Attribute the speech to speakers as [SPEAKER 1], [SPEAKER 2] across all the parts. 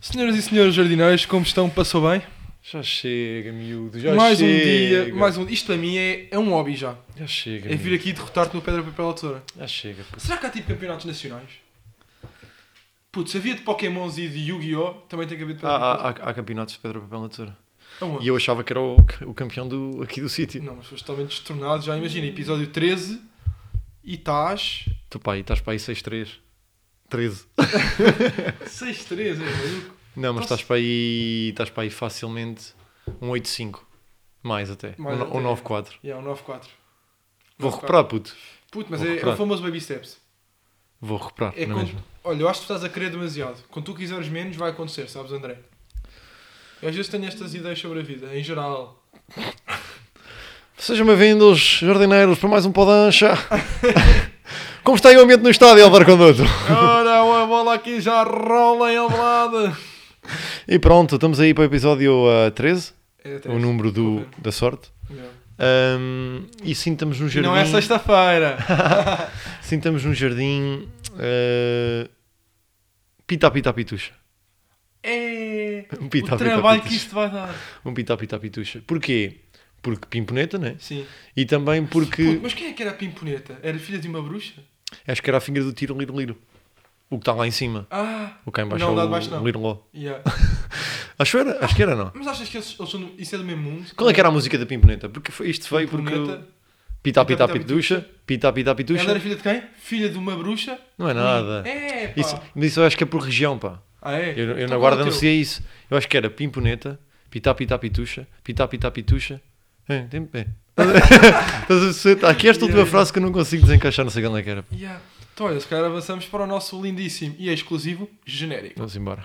[SPEAKER 1] Senhoras e senhores jardineiros, como estão? Passou bem?
[SPEAKER 2] Já chega, miúdo. Já
[SPEAKER 1] mais
[SPEAKER 2] chega.
[SPEAKER 1] um dia, mais um Isto para mim é, é um hobby já.
[SPEAKER 2] Já chega.
[SPEAKER 1] É vir
[SPEAKER 2] miúdo.
[SPEAKER 1] aqui derrotar-te no pedra, papel ou tesoura.
[SPEAKER 2] Já chega. pô.
[SPEAKER 1] Será que há tipo campeonatos nacionais? Putz, havia de Pokémons e de Yu-Gi-Oh! Também tem que haver de
[SPEAKER 2] Há,
[SPEAKER 1] pedra,
[SPEAKER 2] há,
[SPEAKER 1] papel
[SPEAKER 2] há, há campeonatos de pedra, papel, tesoura.
[SPEAKER 1] ou
[SPEAKER 2] Ah, E
[SPEAKER 1] tesoura.
[SPEAKER 2] eu achava que era o, o campeão do, aqui do sítio.
[SPEAKER 1] Não, mas foste totalmente destornado. Já imagina, episódio 13 e estás
[SPEAKER 2] Tu pá, e estás para aí 6-3. 13.
[SPEAKER 1] 6-3, é maluco?
[SPEAKER 2] Não, mas
[SPEAKER 1] Posso-
[SPEAKER 2] estás para aí. Estás para aí facilmente um 8-5. Mais até.
[SPEAKER 1] Mais
[SPEAKER 2] um, no-
[SPEAKER 1] até.
[SPEAKER 2] um 9-4.
[SPEAKER 1] E é um 9-4.
[SPEAKER 2] Vou
[SPEAKER 1] 9-4.
[SPEAKER 2] recuperar, puto.
[SPEAKER 1] Puto, mas
[SPEAKER 2] Vou
[SPEAKER 1] é, é o
[SPEAKER 2] recuperar.
[SPEAKER 1] famoso baby steps.
[SPEAKER 2] Vou recuperar.
[SPEAKER 1] É
[SPEAKER 2] não é
[SPEAKER 1] quando-
[SPEAKER 2] mesmo?
[SPEAKER 1] Olha, eu acho que tu estás a querer demasiado. Quando tu quiseres menos, vai acontecer, sabes, André? Eu às vezes tenho estas ideias sobre a vida, em geral.
[SPEAKER 2] Sejam bem-vindos, jardineiros, para mais um Podancha. Como está aí o ambiente no estádio, Álvaro Conduto?
[SPEAKER 1] Olha, a bola aqui já rola em lado.
[SPEAKER 2] E pronto, estamos aí para o episódio ah, 13,
[SPEAKER 1] É,
[SPEAKER 2] o número do,
[SPEAKER 1] desculpa.
[SPEAKER 2] da sorte.
[SPEAKER 1] Não.
[SPEAKER 2] Ahm, e sim, estamos num
[SPEAKER 1] E
[SPEAKER 2] jardim.
[SPEAKER 1] não é sexta-feira.
[SPEAKER 2] Sim, estamos num jardim. ah, pita, pita, pitucha.
[SPEAKER 1] É
[SPEAKER 2] Um
[SPEAKER 1] o
[SPEAKER 2] pita, pita,
[SPEAKER 1] trabalho
[SPEAKER 2] pitucha.
[SPEAKER 1] que isto vai dar.
[SPEAKER 2] Um pita, pita, pitucha. Porquê? Porque pimponeta, né?
[SPEAKER 1] Sim.
[SPEAKER 2] E também porque.
[SPEAKER 1] Puto, mas quem é que era a pimponeta? Era filha de uma bruxa?
[SPEAKER 2] Acho que era a finger do tiro liro liro. O que está lá em cima.
[SPEAKER 1] Ah,
[SPEAKER 2] O que cá em baixo
[SPEAKER 1] Não,
[SPEAKER 2] é
[SPEAKER 1] lá
[SPEAKER 2] o
[SPEAKER 1] de baixo não.
[SPEAKER 2] liro ló.
[SPEAKER 1] yeah.
[SPEAKER 2] Acho que era, acho que era, não.
[SPEAKER 1] Mas achas que eles, eles são do- isso é do mesmo mundo?
[SPEAKER 2] Qual é que era a música da Pimponeta? Porque foi, isto veio porque.
[SPEAKER 1] Pimponeta?
[SPEAKER 2] o
[SPEAKER 1] Pita,
[SPEAKER 2] Pita, pita,
[SPEAKER 1] pita,
[SPEAKER 2] pitucha. Pita, pita,
[SPEAKER 1] Ela era
[SPEAKER 2] pitucha.
[SPEAKER 1] filha de quem? Filha de uma bruxa?
[SPEAKER 2] Não é nada.
[SPEAKER 1] É, pá.
[SPEAKER 2] Isso, mas isso eu acho que é por região, pá.
[SPEAKER 1] Ah, é?
[SPEAKER 2] Eu, eu na
[SPEAKER 1] Então
[SPEAKER 2] guarda
[SPEAKER 1] qual é o teu?
[SPEAKER 2] anunciei isso. Eu acho que era Pimponeta, Pita, pita, pitucha. Pita, pita, pitucha. É, tem- é. Estás a perceber? Tá, Aqui esta última
[SPEAKER 1] Yeah.
[SPEAKER 2] frase que eu não consigo desencaixar, não sei qual é que era.
[SPEAKER 1] Yeah. Então, olha, se calhar avançamos para o nosso lindíssimo e exclusivo genérico.
[SPEAKER 2] Vamos embora.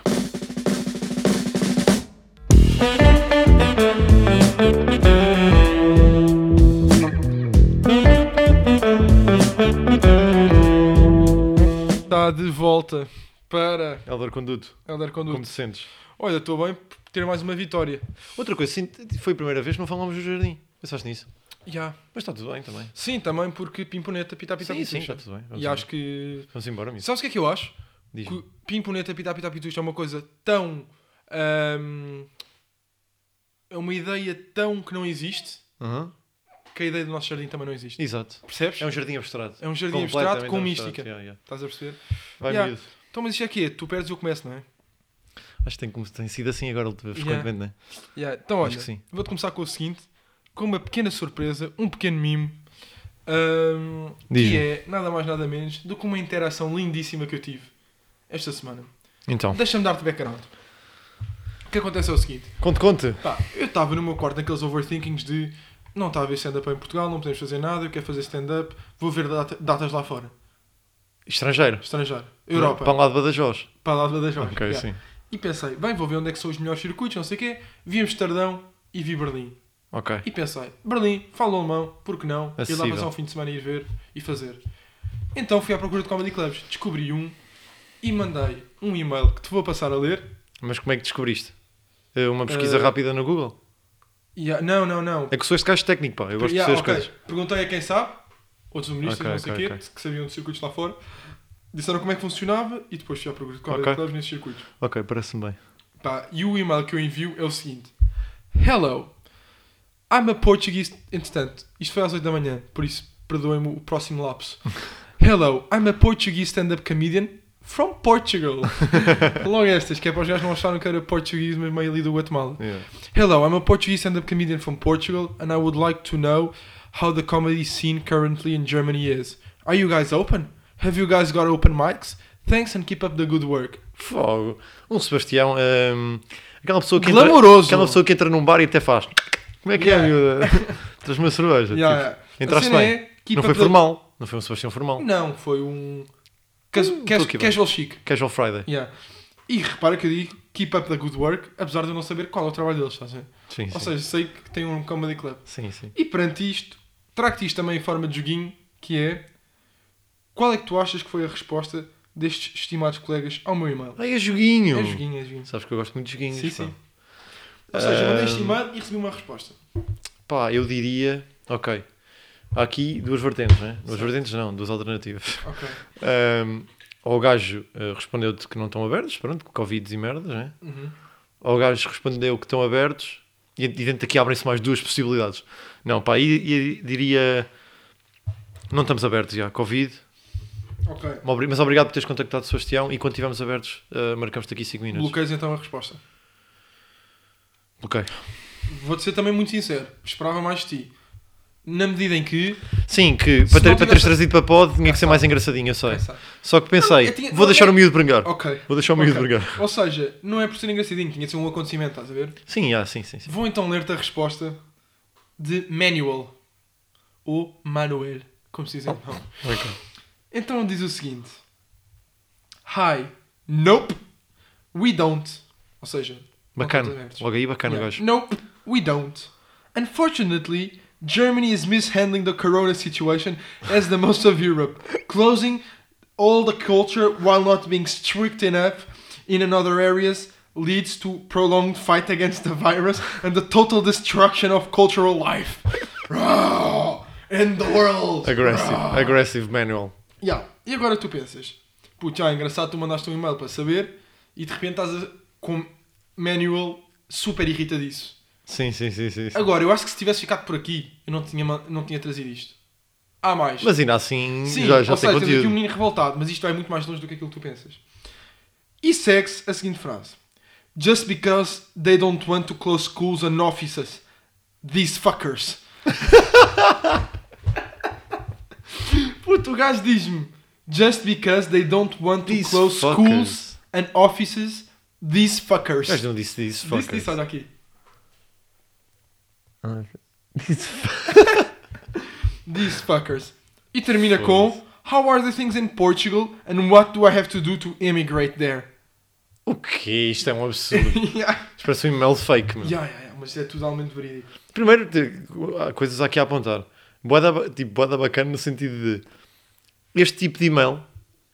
[SPEAKER 1] Está de volta para
[SPEAKER 2] Eldor Conduto,
[SPEAKER 1] Elder
[SPEAKER 2] como
[SPEAKER 1] Conduto.
[SPEAKER 2] te sentes?
[SPEAKER 1] Olha, estou bem por ter mais uma vitória.
[SPEAKER 2] Outra coisa, sim, foi a primeira vez que não falámos do jardim. Pensaste nisso?
[SPEAKER 1] Yeah.
[SPEAKER 2] Mas está tudo bem também.
[SPEAKER 1] Sim, também porque Pimponeta pita pita
[SPEAKER 2] Sim, sim,
[SPEAKER 1] pitucha.
[SPEAKER 2] está tudo bem. Vamos
[SPEAKER 1] E acho
[SPEAKER 2] embora.
[SPEAKER 1] que...
[SPEAKER 2] Vamos embora, amigo.
[SPEAKER 1] Sabes o que é que eu acho?
[SPEAKER 2] Diz-me.
[SPEAKER 1] Que Pimponeta pita pita pitucha é uma coisa tão... ahm, é uma ideia tão que não existe
[SPEAKER 2] Aham.
[SPEAKER 1] que a ideia do nosso jardim também não existe.
[SPEAKER 2] Exato.
[SPEAKER 1] Percebes?
[SPEAKER 2] É um jardim abstrato.
[SPEAKER 1] É um jardim abstrato com mística. Estás a perceber?
[SPEAKER 2] Vai,
[SPEAKER 1] Yeah.
[SPEAKER 2] miúdo.
[SPEAKER 1] Então, mas isto é que é? Tu perdes e eu começo, não é?
[SPEAKER 2] Acho que tem, como- tem sido assim agora, frequentemente, não é?
[SPEAKER 1] Yeah, Então, olha,
[SPEAKER 2] Acho que sim.
[SPEAKER 1] vou-te começar com o seguinte: com uma pequena surpresa, um pequeno mimo, ahm, que
[SPEAKER 2] Diz-me.
[SPEAKER 1] é nada mais nada menos do que uma interação lindíssima que eu tive esta semana.
[SPEAKER 2] Então,
[SPEAKER 1] Deixa-me dar-te background. O que acontece é o seguinte:
[SPEAKER 2] conte, conte.
[SPEAKER 1] pá, eu estava no meu quarto naqueles overthinkings de não está a haver stand-up em Portugal, não podemos fazer nada, eu quero fazer stand-up, vou ver data- datas lá fora,
[SPEAKER 2] Estrangeiro.
[SPEAKER 1] estrangeiro, Europa,
[SPEAKER 2] Para lá de Badajoz.
[SPEAKER 1] para lá das Jorge.
[SPEAKER 2] Ok,
[SPEAKER 1] Yeah.
[SPEAKER 2] sim.
[SPEAKER 1] E pensei, bem, vou ver onde é que são os melhores circuitos, não sei o quê. Vi Amsterdão e vi Berlim.
[SPEAKER 2] Ok.
[SPEAKER 1] E pensei, Berlim, falo alemão, por que não? Ir lá
[SPEAKER 2] Acessível.
[SPEAKER 1] passar um fim de semana e ir ver e fazer. Então fui à procura de comedy clubs, descobri um e mandei um e-mail que te vou passar a ler.
[SPEAKER 2] Mas como é que descobriste? Eh, Uma pesquisa
[SPEAKER 1] Eh,
[SPEAKER 2] rápida no Google?
[SPEAKER 1] E a- Não, não, não.
[SPEAKER 2] É que sou este gajo técnico, pá. Eu gosto
[SPEAKER 1] Yeah,
[SPEAKER 2] de ser
[SPEAKER 1] ok.
[SPEAKER 2] as coisas.
[SPEAKER 1] Perguntei a quem sabe, outros humoristas,
[SPEAKER 2] Ok,
[SPEAKER 1] não sei o
[SPEAKER 2] ok,
[SPEAKER 1] quê,
[SPEAKER 2] ok.
[SPEAKER 1] que sabiam de circuitos lá fora. Disseram como é que funcionava e depois fui à procura de comedy
[SPEAKER 2] Ok.
[SPEAKER 1] clubs nesses circuitos.
[SPEAKER 2] Ok, parece-me bem.
[SPEAKER 1] Pá, e o e-mail que eu envio é o seguinte: Hello, I'm a Portuguese. Entretanto, isto foi às 8 da manhã, por isso perdoem-me o próximo lapso. Hello, I'm a Portuguese stand-up comedian from Portugal. Logo estas, que é para os gajos não acharam que era português, mas meio ali do Guatemala.
[SPEAKER 2] Yeah.
[SPEAKER 1] Hello, I'm a Portuguese stand-up comedian from Portugal, and I would like to know how the comedy scene currently in Germany is. Are you guys open? Have you guys got open mics? Thanks and keep up the good work.
[SPEAKER 2] Fogo. Um Sebastião. ehm, aquela pessoa que
[SPEAKER 1] Glamouroso.
[SPEAKER 2] Entra, aquela pessoa que entra num bar e até faz. Como é que
[SPEAKER 1] Yeah.
[SPEAKER 2] é, miúda? Traz uma cerveja.
[SPEAKER 1] Yeah,
[SPEAKER 2] tipo.
[SPEAKER 1] yeah. A
[SPEAKER 2] entraste
[SPEAKER 1] cena
[SPEAKER 2] bem.
[SPEAKER 1] é, keep
[SPEAKER 2] Não
[SPEAKER 1] up
[SPEAKER 2] foi
[SPEAKER 1] the-
[SPEAKER 2] formal. Não foi um Sebastião formal.
[SPEAKER 1] Não, foi um. cas-
[SPEAKER 2] Hum,
[SPEAKER 1] cas-
[SPEAKER 2] tô aqui bem.
[SPEAKER 1] casual chic.
[SPEAKER 2] Casual Friday.
[SPEAKER 1] Yeah. E repara que eu digo keep up the good work, apesar de eu não saber qual é o trabalho deles, estás a ver?
[SPEAKER 2] Sim,
[SPEAKER 1] Ou
[SPEAKER 2] sim.
[SPEAKER 1] seja, sei que tem um comedy club.
[SPEAKER 2] Sim, sim.
[SPEAKER 1] E perante isto, trago-te isto também em forma de joguinho, que é qual é que tu achas que foi a resposta destes estimados colegas ao meu e-mail?
[SPEAKER 2] Ah, é joguinho.
[SPEAKER 1] É joguinho, é joguinho.
[SPEAKER 2] Sabes que eu gosto muito de joguinhos.
[SPEAKER 1] Sim,
[SPEAKER 2] pá.
[SPEAKER 1] sim. Ou seja, mandei este
[SPEAKER 2] Ahm.
[SPEAKER 1] e-mail e recebi uma resposta.
[SPEAKER 2] Pá, eu diria. Ok. Há aqui duas vertentes, né? Duas vertentes não, duas alternativas.
[SPEAKER 1] Ok.
[SPEAKER 2] Ahm, ou o gajo eh, respondeu-te que não estão abertos, pronto, com Covid e merdas, né?
[SPEAKER 1] Uhum.
[SPEAKER 2] ou o gajo respondeu que estão abertos, e, e dentro daqui abrem-se mais duas possibilidades. Não, pá, e, e diria, não estamos abertos já, Covid,
[SPEAKER 1] Ok.
[SPEAKER 2] Obri- mas obrigado por teres contactado Sebastião, e quando estivermos abertos, eh, marcamos-te aqui 5 minutos.
[SPEAKER 1] Bloqueias então a resposta.
[SPEAKER 2] Bloqueio.
[SPEAKER 1] Vou-te ser também muito sincero. Esperava mais de ti. Na medida em que.
[SPEAKER 2] Sim, que
[SPEAKER 1] Se
[SPEAKER 2] para, ter,
[SPEAKER 1] não
[SPEAKER 2] para teres
[SPEAKER 1] tivesse-
[SPEAKER 2] trazido para pod tinha que ser
[SPEAKER 1] Ah,
[SPEAKER 2] mais engraçadinho, eu sei.
[SPEAKER 1] Pensa.
[SPEAKER 2] Só que
[SPEAKER 1] Não,
[SPEAKER 2] pensei,
[SPEAKER 1] eu tinha-
[SPEAKER 2] vou
[SPEAKER 1] não,
[SPEAKER 2] deixar
[SPEAKER 1] eu-
[SPEAKER 2] o miúdo brincar.
[SPEAKER 1] Ok.
[SPEAKER 2] Vou deixar o miúdo
[SPEAKER 1] Ok.
[SPEAKER 2] brincar.
[SPEAKER 1] Ou seja, não é por ser engraçadinho, tinha de ser um acontecimento, estás a ver?
[SPEAKER 2] Sim, ah, sim, sim, sim.
[SPEAKER 1] Vou então ler-te a resposta de Manuel. Ou Manuel, como se dizem. Não.
[SPEAKER 2] Ok.
[SPEAKER 1] Então diz o seguinte: Hi, nope, we don't. Ou seja, não estamos
[SPEAKER 2] Bacana.
[SPEAKER 1] abertos.
[SPEAKER 2] Logo aí, bacana,
[SPEAKER 1] Yeah.
[SPEAKER 2] gajo.
[SPEAKER 1] Nope, we don't. Unfortunately, Germany is mishandling the corona situation as the most of Europe, closing all the culture while not being strict enough in another areas leads to prolonged fight against the virus and the total destruction of cultural life. Rawr! End the world.
[SPEAKER 2] Aggressive,
[SPEAKER 1] Rawr!
[SPEAKER 2] aggressive manual.
[SPEAKER 1] Ya, E agora tu pensas, putz, ah, engraçado, tu mandaste um e-mail para saber e de repente estás a- com um manual super irritadíssimo.
[SPEAKER 2] Sim, sim, sim, sim. sim.
[SPEAKER 1] Agora, eu acho que se tivesse ficado por aqui, eu não tinha, ma- não tinha trazido isto. Há mais.
[SPEAKER 2] Mas ainda assim,
[SPEAKER 1] Sim,
[SPEAKER 2] já, já
[SPEAKER 1] ou
[SPEAKER 2] tem
[SPEAKER 1] seja, tens aqui um
[SPEAKER 2] conteúdo.
[SPEAKER 1] menino revoltado, mas isto vai muito mais longe do que aquilo que tu pensas. E segue-se a seguinte frase. Just because they don't want to close schools and offices. These fuckers. Puto, o gajo diz-me. Just because they don't want to
[SPEAKER 2] These
[SPEAKER 1] close
[SPEAKER 2] fuckers.
[SPEAKER 1] schools and offices. These fuckers.
[SPEAKER 2] O gajo não disse
[SPEAKER 1] Disse,
[SPEAKER 2] disso, fucker.
[SPEAKER 1] disse, olha aqui.
[SPEAKER 2] Ah,
[SPEAKER 1] These fuckers. E termina com How are the things in Portugal and what do I have to do to immigrate there?
[SPEAKER 2] O quê? Isto é um absurdo.
[SPEAKER 1] yeah.
[SPEAKER 2] Isto parece um e-mail fake, meu.
[SPEAKER 1] Yeah, yeah, yeah, mas é totalmente verídico.
[SPEAKER 2] Primeiro, te- há coisas aqui a apontar. Boada, ba- tipo, boada bacana no sentido de este tipo de e-mail,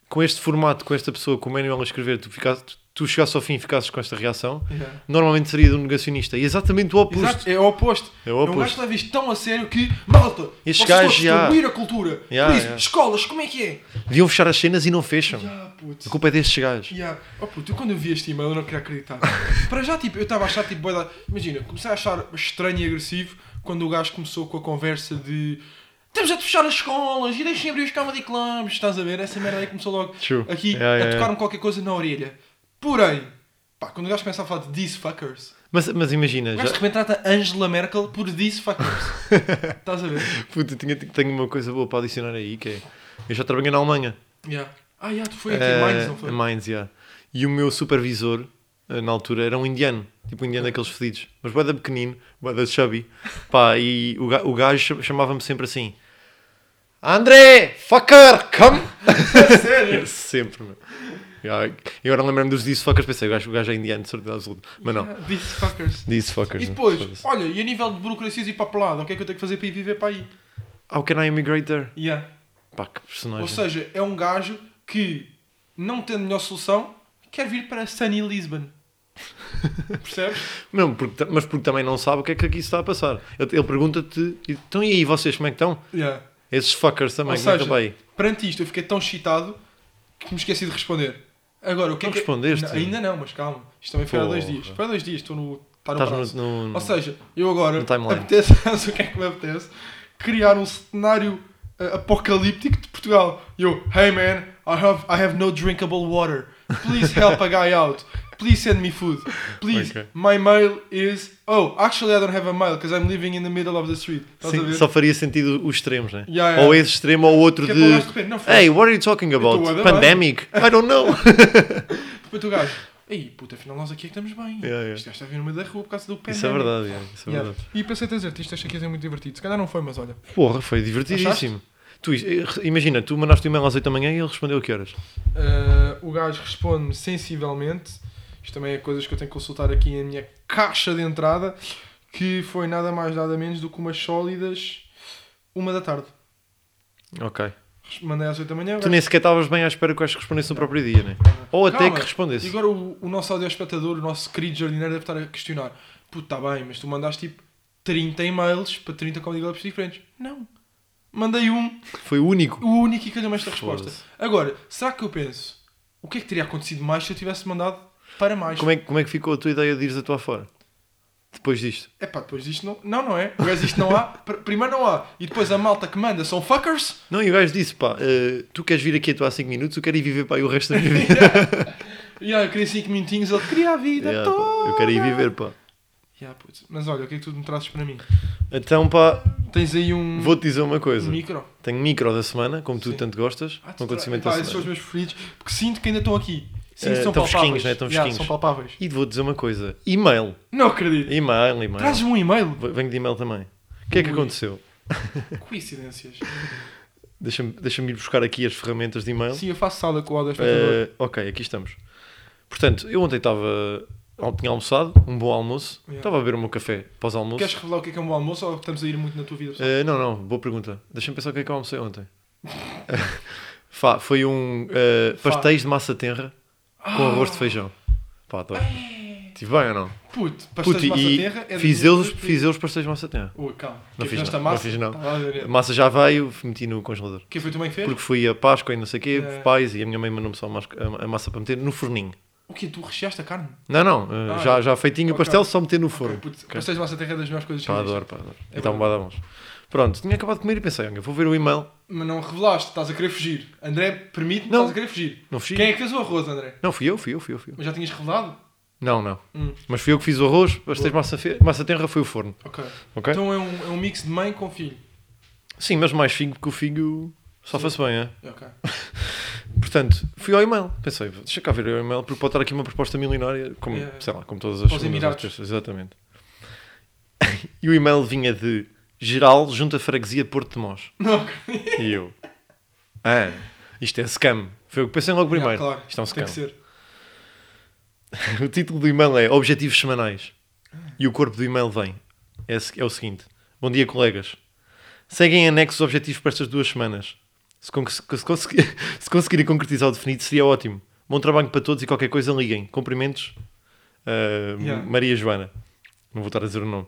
[SPEAKER 2] com este formato, com esta pessoa, com o manual a escrever, tu, ficasse, tu- tu chegasses ao fim e ficasses com esta reação,
[SPEAKER 1] Yeah.
[SPEAKER 2] normalmente seria de um negacionista. E exatamente o oposto.
[SPEAKER 1] Exato, é o oposto.
[SPEAKER 2] É o
[SPEAKER 1] É um gajo que
[SPEAKER 2] oposto.
[SPEAKER 1] leva isto tão a sério que, malta,
[SPEAKER 2] Estes
[SPEAKER 1] vocês vão
[SPEAKER 2] gajos, yeah.
[SPEAKER 1] distribuir a cultura.
[SPEAKER 2] Yeah,
[SPEAKER 1] Por isso,
[SPEAKER 2] yeah.
[SPEAKER 1] escolas, como é que é?
[SPEAKER 2] Deviam fechar as cenas e não fecham.
[SPEAKER 1] Yeah, puto.
[SPEAKER 2] A culpa é destes gajos.
[SPEAKER 1] Yeah. Oh puto, eu quando eu vi este e-mail eu não queria acreditar. Para já, tipo, eu estava a achar, tipo, bué da- imagina, comecei a achar estranho e agressivo quando o gajo começou com a conversa de temos a de fechar as escolas e deixem abrir os comedy clubs, estás a ver? Essa merda aí começou logo
[SPEAKER 2] True.
[SPEAKER 1] aqui
[SPEAKER 2] Yeah, yeah,
[SPEAKER 1] a
[SPEAKER 2] yeah.
[SPEAKER 1] tocar-me qualquer coisa na orelha. Porém, pá, quando o gajo começa a falar de these fuckers,
[SPEAKER 2] Mas, mas imagina,
[SPEAKER 1] o
[SPEAKER 2] já,
[SPEAKER 1] gajo de repente trata Angela Merkel por these fuckers. estás a ver?
[SPEAKER 2] puta, tinha- tenho uma coisa boa para adicionar aí, que é... Eu já trabalhei na Alemanha.
[SPEAKER 1] Yeah. Ah, yeah, tu foi aqui
[SPEAKER 2] Eh,
[SPEAKER 1] em Mainz, não foi?
[SPEAKER 2] em Mainz, yeah. E o meu supervisor, eh, na altura, era um indiano. Tipo, um indiano daqueles fedidos. Mas boeda pequenino, boeda chubby. Pá, e o, ga- o gajo cha- chamava-me sempre assim. André, fucker, come!
[SPEAKER 1] É Sério?
[SPEAKER 2] sempre, meu. Yeah, Eu agora lembro-me dos disse fuckers, pensei, o gajo, o gajo é indiano, de certeza absoluta. Mas não,
[SPEAKER 1] Yeah, these fuckers.
[SPEAKER 2] disse fuckers.
[SPEAKER 1] E
[SPEAKER 2] né?
[SPEAKER 1] depois,
[SPEAKER 2] Foda-se.
[SPEAKER 1] olha, e a nível de burocracias e papelada, o que é que eu tenho que fazer para ir viver para aí?
[SPEAKER 2] How can I immigrate there?
[SPEAKER 1] Yeah.
[SPEAKER 2] Pá, que personagem.
[SPEAKER 1] Ou seja, é um gajo que, não tendo melhor solução, quer vir para Sunny Lisbon. Percebes?
[SPEAKER 2] Não, porque, ta- mas porque também não sabe o que é que aqui se está a passar. Ele, ele pergunta-te, então e aí vocês, como é que estão?
[SPEAKER 1] Yeah.
[SPEAKER 2] Esses fuckers também,
[SPEAKER 1] Ou
[SPEAKER 2] como é que
[SPEAKER 1] seja,
[SPEAKER 2] estão aí?
[SPEAKER 1] Perante isto, eu fiquei tão excitado que me esqueci de responder. Agora, o que
[SPEAKER 2] Não
[SPEAKER 1] é que...
[SPEAKER 2] respondeste?
[SPEAKER 1] Não, ainda não, mas calma. Isto também foi há dois
[SPEAKER 2] Porra.
[SPEAKER 1] dias. Foi há dois dias, estou no... Está no
[SPEAKER 2] Estás
[SPEAKER 1] prazo.
[SPEAKER 2] no, no-
[SPEAKER 1] Ou seja, eu agora
[SPEAKER 2] No timeline.
[SPEAKER 1] apetece, sabes o que é que me apetece? Criar um cenário eh, apocalíptico de Portugal. Eu, hey man, I have, I have no drinkable water. Please help a guy out. Please send me food. Please,
[SPEAKER 2] Ok.
[SPEAKER 1] my mail is. Oh, actually I don't have a mail because I'm living in the middle of the street. Estás a
[SPEAKER 2] Sim,
[SPEAKER 1] ver?
[SPEAKER 2] só faria sentido os extremos, né?
[SPEAKER 1] Yeah, yeah.
[SPEAKER 2] Ou esse extremo ou outro
[SPEAKER 1] Que é
[SPEAKER 2] de.
[SPEAKER 1] para o gajo de repente, não, foda-se.
[SPEAKER 2] Hey, what are you talking about?
[SPEAKER 1] bué da bem."
[SPEAKER 2] Pandemic? I don't know.
[SPEAKER 1] Depois o gajo, ei puta, afinal nós aqui é que estamos bem.
[SPEAKER 2] Yeah, yeah.
[SPEAKER 1] Este gajo está a vir no meio da rua por causa do pé.
[SPEAKER 2] isso é verdade, yeah, isso é verdade.
[SPEAKER 1] E pensei a dizer-te, isto achei que ia ser muito divertido. Se calhar não foi, mas olha.
[SPEAKER 2] Porra, foi divertidíssimo. Tu, is- imagina, tu mandaste o e-mail às 8 da manhã e ele respondeu a que horas?
[SPEAKER 1] Uh, o gajo responde-me sensivelmente. Isto também é coisas que eu tenho que consultar aqui na minha caixa de entrada. Que foi nada mais nada menos do que umas sólidas. Uma da tarde.
[SPEAKER 2] Ok.
[SPEAKER 1] Mandei às 8 da manhã. o
[SPEAKER 2] Tu
[SPEAKER 1] gajo-
[SPEAKER 2] nem sequer estavas bem à espera que o gajo respondesse no próprio dia, né? Ou até
[SPEAKER 1] Calma,
[SPEAKER 2] que respondesse.
[SPEAKER 1] E agora o, o nosso audio-espectador, o nosso querido jardineiro, deve estar a questionar: Puto, está bem, mas tu mandaste tipo 30 e-mails para 30 comedy clubs diferentes. Não. Mandei um,
[SPEAKER 2] Foi o único.
[SPEAKER 1] o único e calhou-me esta resposta.
[SPEAKER 2] Foda-se.
[SPEAKER 1] Agora, será que eu penso? o que é que teria acontecido mais se eu tivesse mandado para mais?
[SPEAKER 2] Como é, que- como é que ficou a tua ideia de ires atuar fora? Depois disto.
[SPEAKER 1] É pá, depois isto não. Não, não é. O gajo isto não há. Pr- Primeiro não há. E depois a malta que manda são fuckers.
[SPEAKER 2] Não, e o gajo disse, pá, eh, tu queres vir aqui atuar 5 minutos, eu quero ir viver pá, aí o resto da minha vida.
[SPEAKER 1] E aí eu queria 5 minutinhos, ele queria a vida
[SPEAKER 2] Yeah, pá,
[SPEAKER 1] toda.
[SPEAKER 2] eu quero ir viver, pá.
[SPEAKER 1] Yeah, putz. Mas olha, o que é que tu me trazes para mim?
[SPEAKER 2] Então, pá,
[SPEAKER 1] Tens aí um,
[SPEAKER 2] vou-te dizer uma
[SPEAKER 1] um
[SPEAKER 2] coisa.
[SPEAKER 1] micro.
[SPEAKER 2] Tenho micro da semana, como tu
[SPEAKER 1] Sim.
[SPEAKER 2] tanto gostas.
[SPEAKER 1] Ah,
[SPEAKER 2] um acontecimento
[SPEAKER 1] pá,
[SPEAKER 2] da
[SPEAKER 1] esses são os
[SPEAKER 2] semana.
[SPEAKER 1] meus preferidos, porque sinto que ainda estão aqui. Sinto que são
[SPEAKER 2] Eh, estão
[SPEAKER 1] palpáveis.
[SPEAKER 2] fresquinhos, né? Estão
[SPEAKER 1] Yeah,
[SPEAKER 2] fresquinhos.
[SPEAKER 1] são palpáveis.
[SPEAKER 2] E vou dizer uma coisa. E-mail.
[SPEAKER 1] Não acredito.
[SPEAKER 2] E-mail, e-mail.
[SPEAKER 1] Trazes um e-mail?
[SPEAKER 2] V- Venho de e-mail também. O que é que
[SPEAKER 1] Ui.
[SPEAKER 2] aconteceu?
[SPEAKER 1] Coincidências.
[SPEAKER 2] Então? Deixa-me deixa ir buscar aqui as ferramentas de e-mail.
[SPEAKER 1] Sim, eu faço sala com o Aldo Espectador.
[SPEAKER 2] Eh, ok, aqui estamos. Portanto, eu ontem estava. al- Tinha almoçado, um bom almoço.
[SPEAKER 1] Yeah.
[SPEAKER 2] Estava a beber o meu café pós-almoço.
[SPEAKER 1] Queres revelar o que é que é um bom almoço ou estamos a ir muito na tua vida? pessoal?
[SPEAKER 2] Eh, não, não, boa pergunta. Deixa-me pensar o que é que eu almocei ontem. Fá, foi um eh,
[SPEAKER 1] Fá.
[SPEAKER 2] pastéis de massa tenra com
[SPEAKER 1] Ah.
[SPEAKER 2] arroz de feijão. Pá, tô...
[SPEAKER 1] É.
[SPEAKER 2] Estive bem ou não?
[SPEAKER 1] Puto, pastéis
[SPEAKER 2] Eh, Puto,
[SPEAKER 1] de massa
[SPEAKER 2] e
[SPEAKER 1] terra é
[SPEAKER 2] fiz,
[SPEAKER 1] dos
[SPEAKER 2] eu,
[SPEAKER 1] meus preferidos.
[SPEAKER 2] fiz eu os pastéis de massa tenra.
[SPEAKER 1] Ui, calma.
[SPEAKER 2] Não
[SPEAKER 1] Quem
[SPEAKER 2] fiz
[SPEAKER 1] fizeste
[SPEAKER 2] não,
[SPEAKER 1] a massa? Tá,
[SPEAKER 2] não fiz não.
[SPEAKER 1] Estava a ver.
[SPEAKER 2] A massa já veio, meti no congelador.
[SPEAKER 1] Quem foi tu mãe que fez?
[SPEAKER 2] Porque foi a Páscoa e não sei o quê,
[SPEAKER 1] É.
[SPEAKER 2] pais, e a minha mãe mandou-me só a mas- a a massa para meter no forninho.
[SPEAKER 1] O que Tu recheaste a carne?
[SPEAKER 2] Não, não, eh,
[SPEAKER 1] Ah,
[SPEAKER 2] já, já feitinho
[SPEAKER 1] ok.
[SPEAKER 2] o pastel, só meter no forno.
[SPEAKER 1] Ok, puto,
[SPEAKER 2] Ok.
[SPEAKER 1] Pastéis de massa terra é das melhores coisas que
[SPEAKER 2] Pá,
[SPEAKER 1] eu
[SPEAKER 2] adoro, pá, adoro.
[SPEAKER 1] É
[SPEAKER 2] então, bada mãos. Pronto, tinha acabado de comer e pensei, "Olha, vou ver o e-mail.
[SPEAKER 1] Mas não revelaste, estás a querer fugir. André, permite-me,
[SPEAKER 2] Não.
[SPEAKER 1] estás a querer fugir.
[SPEAKER 2] Não fugi?
[SPEAKER 1] Quem é que fez o arroz, André?
[SPEAKER 2] Não, fui eu, fui eu, fui eu, fui eu.
[SPEAKER 1] Mas já tinhas revelado?
[SPEAKER 2] Não, não.
[SPEAKER 1] Hum.
[SPEAKER 2] Mas fui eu que fiz o arroz, pastéis de massa, fe- massa tenra foi o forno,
[SPEAKER 1] Ok.
[SPEAKER 2] ok?
[SPEAKER 1] Então é um, é um mix de mãe com filho.
[SPEAKER 2] Sim, mas mais figo, porque o figo só faz bem, é?
[SPEAKER 1] Ok.
[SPEAKER 2] Portanto, fui ao e-mail. Pensei, deixa cá ver o e-mail, porque pode estar aqui uma proposta milionária, como,
[SPEAKER 1] É.
[SPEAKER 2] sei lá, como todas as
[SPEAKER 1] Para os
[SPEAKER 2] segundas,
[SPEAKER 1] Emirados.
[SPEAKER 2] às terças, Exatamente. e o e-mail vinha de geral junta freguesia de Porto de Mós.
[SPEAKER 1] Não,
[SPEAKER 2] E eu, ah, isto é scam. Foi o que pensei logo primeiro.
[SPEAKER 1] Yeah, claro.
[SPEAKER 2] Isto é um
[SPEAKER 1] Tem
[SPEAKER 2] scam.
[SPEAKER 1] que ser.
[SPEAKER 2] O título do e-mail é Objetivos Semanais. E o corpo do e-mail vem. É, se- é o seguinte: Bom dia, colegas. Seguem em anexo os objetivos para estas duas semanas. Se, con- se consegui- se conseguirem concretizar o definido, seria ótimo. Bom trabalho para todos e qualquer coisa liguem. Cumprimentos, uh,
[SPEAKER 1] Yeah.
[SPEAKER 2] Maria Joana. Não vou estar a dizer o nome.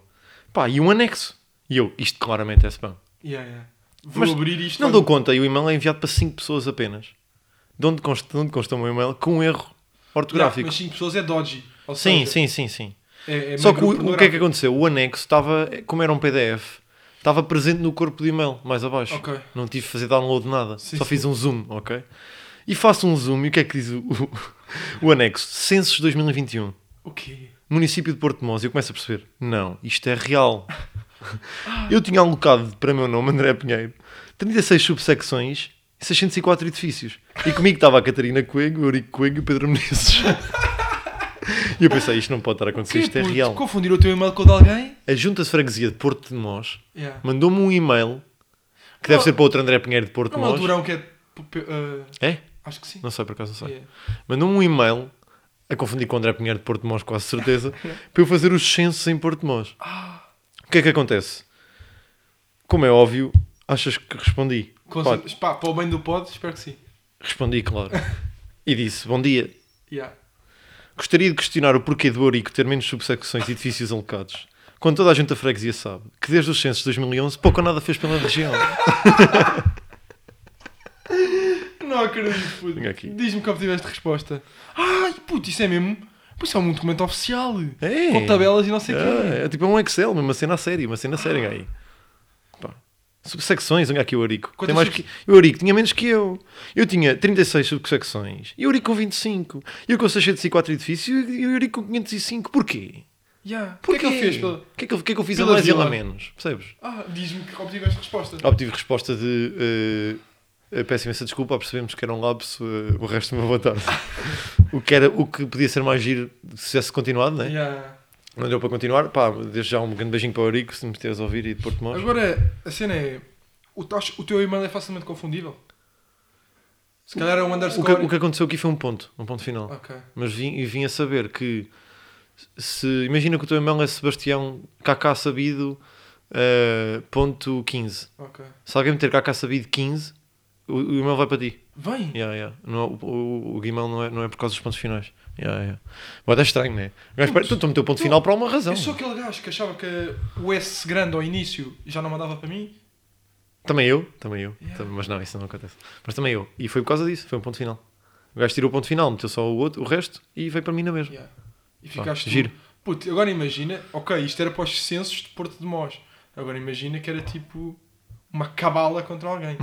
[SPEAKER 2] Pá, e um anexo. E eu, isto claramente é spam.
[SPEAKER 1] Yeah, yeah. Vou
[SPEAKER 2] Mas
[SPEAKER 1] abrir isto.
[SPEAKER 2] Não
[SPEAKER 1] quando-
[SPEAKER 2] dou conta, e o e-mail é enviado para 5 pessoas apenas. De onde consta, de onde consta o meu e-mail com um erro
[SPEAKER 1] Yeah,
[SPEAKER 2] ortográfico.
[SPEAKER 1] Mas 5 pessoas é dodgy. Ou
[SPEAKER 2] Sim,
[SPEAKER 1] seja,
[SPEAKER 2] sim, sim, sim.
[SPEAKER 1] É, é
[SPEAKER 2] Só
[SPEAKER 1] meio
[SPEAKER 2] que
[SPEAKER 1] grupo
[SPEAKER 2] o, o que é que
[SPEAKER 1] pornográfico.
[SPEAKER 2] aconteceu? O anexo estava, como era um PDF, estava presente no corpo do e-mail, mais abaixo.
[SPEAKER 1] Ok.
[SPEAKER 2] Não tive de fazer download de nada.
[SPEAKER 1] Sim,
[SPEAKER 2] Só
[SPEAKER 1] sim.
[SPEAKER 2] fiz um zoom, ok? E faço um zoom e o que é que diz o, o- o anexo? Censos 2021.
[SPEAKER 1] O quê?
[SPEAKER 2] Município de Porto de Mós. E eu começo a perceber, não, isto é real. Eu tinha alocado para meu nome, André Pinheiro, 36 subsecções e 604 edifícios. E comigo estava a Catarina Coelho, o Eurico Coelho e o Pedro Menezes. E eu pensei, isto não pode estar a acontecer,
[SPEAKER 1] Que
[SPEAKER 2] isto é
[SPEAKER 1] puto,
[SPEAKER 2] real.
[SPEAKER 1] Confundir o teu e-mail com o de alguém?
[SPEAKER 2] A Junta de Freguesia de Porto de Mós
[SPEAKER 1] Yeah.
[SPEAKER 2] mandou-me um e-mail que
[SPEAKER 1] Não.
[SPEAKER 2] deve ser para outro André Pinheiro de Porto de
[SPEAKER 1] Não é o
[SPEAKER 2] Mós.
[SPEAKER 1] Durão que é. p- p- eh,
[SPEAKER 2] É?
[SPEAKER 1] acho que sim.
[SPEAKER 2] Não sei, por acaso não sei.
[SPEAKER 1] Yeah.
[SPEAKER 2] Mandou-me um e-mail a confundir com o André Pinheiro de Porto de Mós, quase certeza, para eu fazer os censos em Porto de Mós.
[SPEAKER 1] Ah.
[SPEAKER 2] O que é que acontece? Como é óbvio, achas que respondi?
[SPEAKER 1] Com
[SPEAKER 2] Pá,
[SPEAKER 1] certeza. Pá, para o bem do pod, espero que sim.
[SPEAKER 2] respondi, claro. E disse: Bom dia,
[SPEAKER 1] Yeah.
[SPEAKER 2] Gostaria de questionar o porquê do Ourico ter menos subsecções e edifícios alocados, quando toda a gente da freguesia sabe que desde os censos de 2011 pouco ou nada fez pela região.
[SPEAKER 1] Não acredito, puto.
[SPEAKER 2] Vinha aqui.
[SPEAKER 1] Diz-me que obtiveste resposta. Ai, puto, isso é mesmo. Pois isso é um documento oficial.
[SPEAKER 2] É.
[SPEAKER 1] Com tabelas e não sei o quê.
[SPEAKER 2] É, é tipo um Excel, uma cena a sério, uma cena a sério, aí. Pá. Subsecções, olha aqui o Eurico.
[SPEAKER 1] Quantas
[SPEAKER 2] Tem mais
[SPEAKER 1] subs-
[SPEAKER 2] que... O Eurico tinha menos que eu. Eu tinha 36 subsecções. E o Eurico com 25. Eu com 604 edifícios e o Eurico com 505. Porquê?
[SPEAKER 1] Yeah. O que é
[SPEAKER 2] Porquê?
[SPEAKER 1] que ele fez? Pela...
[SPEAKER 2] O que é que eu, o que é que eu fiz
[SPEAKER 1] Pela
[SPEAKER 2] a mais e ele a
[SPEAKER 1] vila.
[SPEAKER 2] menos? Percebes?
[SPEAKER 1] Ah, diz-me que obtiveste resposta.
[SPEAKER 2] Obtive resposta de. eh, eh, peço imensa desculpa, percebemos que era um lapso. eh, o resto de uma boa tarde. o, que era, o que podia ser mais giro se tivesse continuado, não é?
[SPEAKER 1] Yeah.
[SPEAKER 2] Não deu para continuar. Pá, desde já um grande beijinho para o Eurico, se me estiveres a ouvir e de Porto Mós.
[SPEAKER 1] Agora, a cena é. O, tu achas- o teu e-mail é facilmente confundível? Se calhar é um
[SPEAKER 2] O que,
[SPEAKER 1] underscore. Ah.
[SPEAKER 2] o que aconteceu aqui foi um ponto, um ponto final.
[SPEAKER 1] Ok.
[SPEAKER 2] Mas vim, e vim a saber que se imagina que o teu e-mail é Sebastião KK Sabido eh, ponto 15.
[SPEAKER 1] Ok.
[SPEAKER 2] Se alguém meter KK Sabido 15, o, o e-mail vai para ti.
[SPEAKER 1] Vem!
[SPEAKER 2] Yeah, yeah. Não, é, o, o, o Gmail não é, não é por causa dos pontos finais. Yeah, yeah. Mas é estranho, não é? O gajo, pera, tu tu meteu o ponto
[SPEAKER 1] tu-
[SPEAKER 2] final para uma razão.
[SPEAKER 1] Eu sou aquele gajo que achava que o S grande ao início já não mandava para mim.
[SPEAKER 2] Também eu, também eu.
[SPEAKER 1] Yeah.
[SPEAKER 2] Também- mas não, isso não acontece. Mas também eu. E foi por causa disso, foi um ponto final. O gajo tirou o ponto final, meteu só o, outro, o resto e veio para mim na mesma.
[SPEAKER 1] Yeah. E
[SPEAKER 2] Pá,
[SPEAKER 1] ficaste. tu-
[SPEAKER 2] giro.
[SPEAKER 1] Puto, agora imagina, ok, isto era para os censos de Porto de Mós. Agora imagina que era tipo uma cabala contra alguém.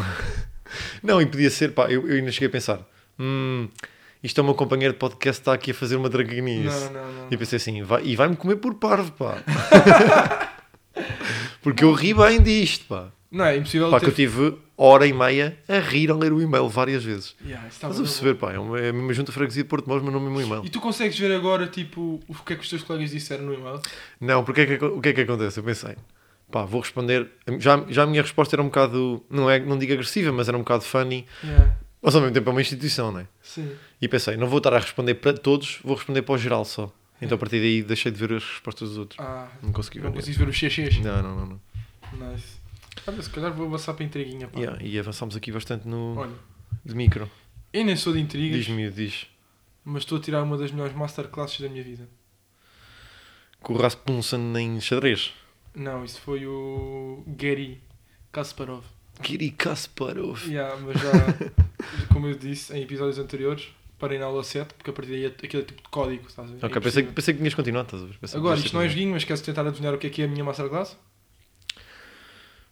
[SPEAKER 2] Não, e podia ser, pá, eu, eu ainda cheguei a pensar: hum, isto é o meu companheiro de podcast que está aqui a fazer uma dragonice.
[SPEAKER 1] Não, não, não.
[SPEAKER 2] E eu pensei assim, vai, e vai-me comer por parvo, pá. Porque eu ri bem disto, pá.
[SPEAKER 1] Não, é impossível
[SPEAKER 2] Pá,
[SPEAKER 1] ter...
[SPEAKER 2] que eu tive hora e meia a rir a ler o e-mail várias vezes.
[SPEAKER 1] Yeah, isso tá estava
[SPEAKER 2] Estás a
[SPEAKER 1] na
[SPEAKER 2] perceber, pá, é uma- é a mesma junta de freguesia de Porto Mós, mas não é o mesmo
[SPEAKER 1] boa.
[SPEAKER 2] e-mail.
[SPEAKER 1] E tu consegues ver agora, tipo, o que é que os teus colegas disseram no e-mail?
[SPEAKER 2] Não, porque é que, o que é que acontece? Eu pensei, pá, vou responder. Já, já a minha resposta era um bocado, não, é, não digo agressiva, mas era um bocado funny.
[SPEAKER 1] Yeah,
[SPEAKER 2] Mas ao mesmo tempo é uma instituição, não é?
[SPEAKER 1] sim.
[SPEAKER 2] E pensei, não vou estar a responder para todos, vou responder para o geral só. Então a partir daí deixei de ver as respostas dos outros.
[SPEAKER 1] Ah,
[SPEAKER 2] Não consegui ver.
[SPEAKER 1] não consegues ver os xxx?
[SPEAKER 2] Tipo, Não, não, não. não.
[SPEAKER 1] Nice. Olha, se calhar vou avançar para a intriguinha, pá.
[SPEAKER 2] Yeah, e avançámos aqui bastante no
[SPEAKER 1] Olha,
[SPEAKER 2] de micro.
[SPEAKER 1] eu nem sou de intrigas,
[SPEAKER 2] Diz-me, diz.
[SPEAKER 1] mas estou a tirar uma das melhores masterclasses da minha vida.
[SPEAKER 2] Com o Rasmussen em xadrez.
[SPEAKER 1] Não, isso foi o Gary Kasparov.
[SPEAKER 2] Kiri Kasparov.
[SPEAKER 1] Yeah, mas já, como eu disse em episódios anteriores, parei na aula 7, porque a partir daí é aquele tipo de código, estás a ver? É
[SPEAKER 2] ok, pensei,
[SPEAKER 1] impossível.
[SPEAKER 2] que- pensei que tinhas continuado, estás a ver? Pensei que
[SPEAKER 1] Agora,
[SPEAKER 2] tinhas
[SPEAKER 1] isto não é
[SPEAKER 2] terminado.
[SPEAKER 1] joguinho, mas queres tentar adivinhar o que é que é a minha masterclass?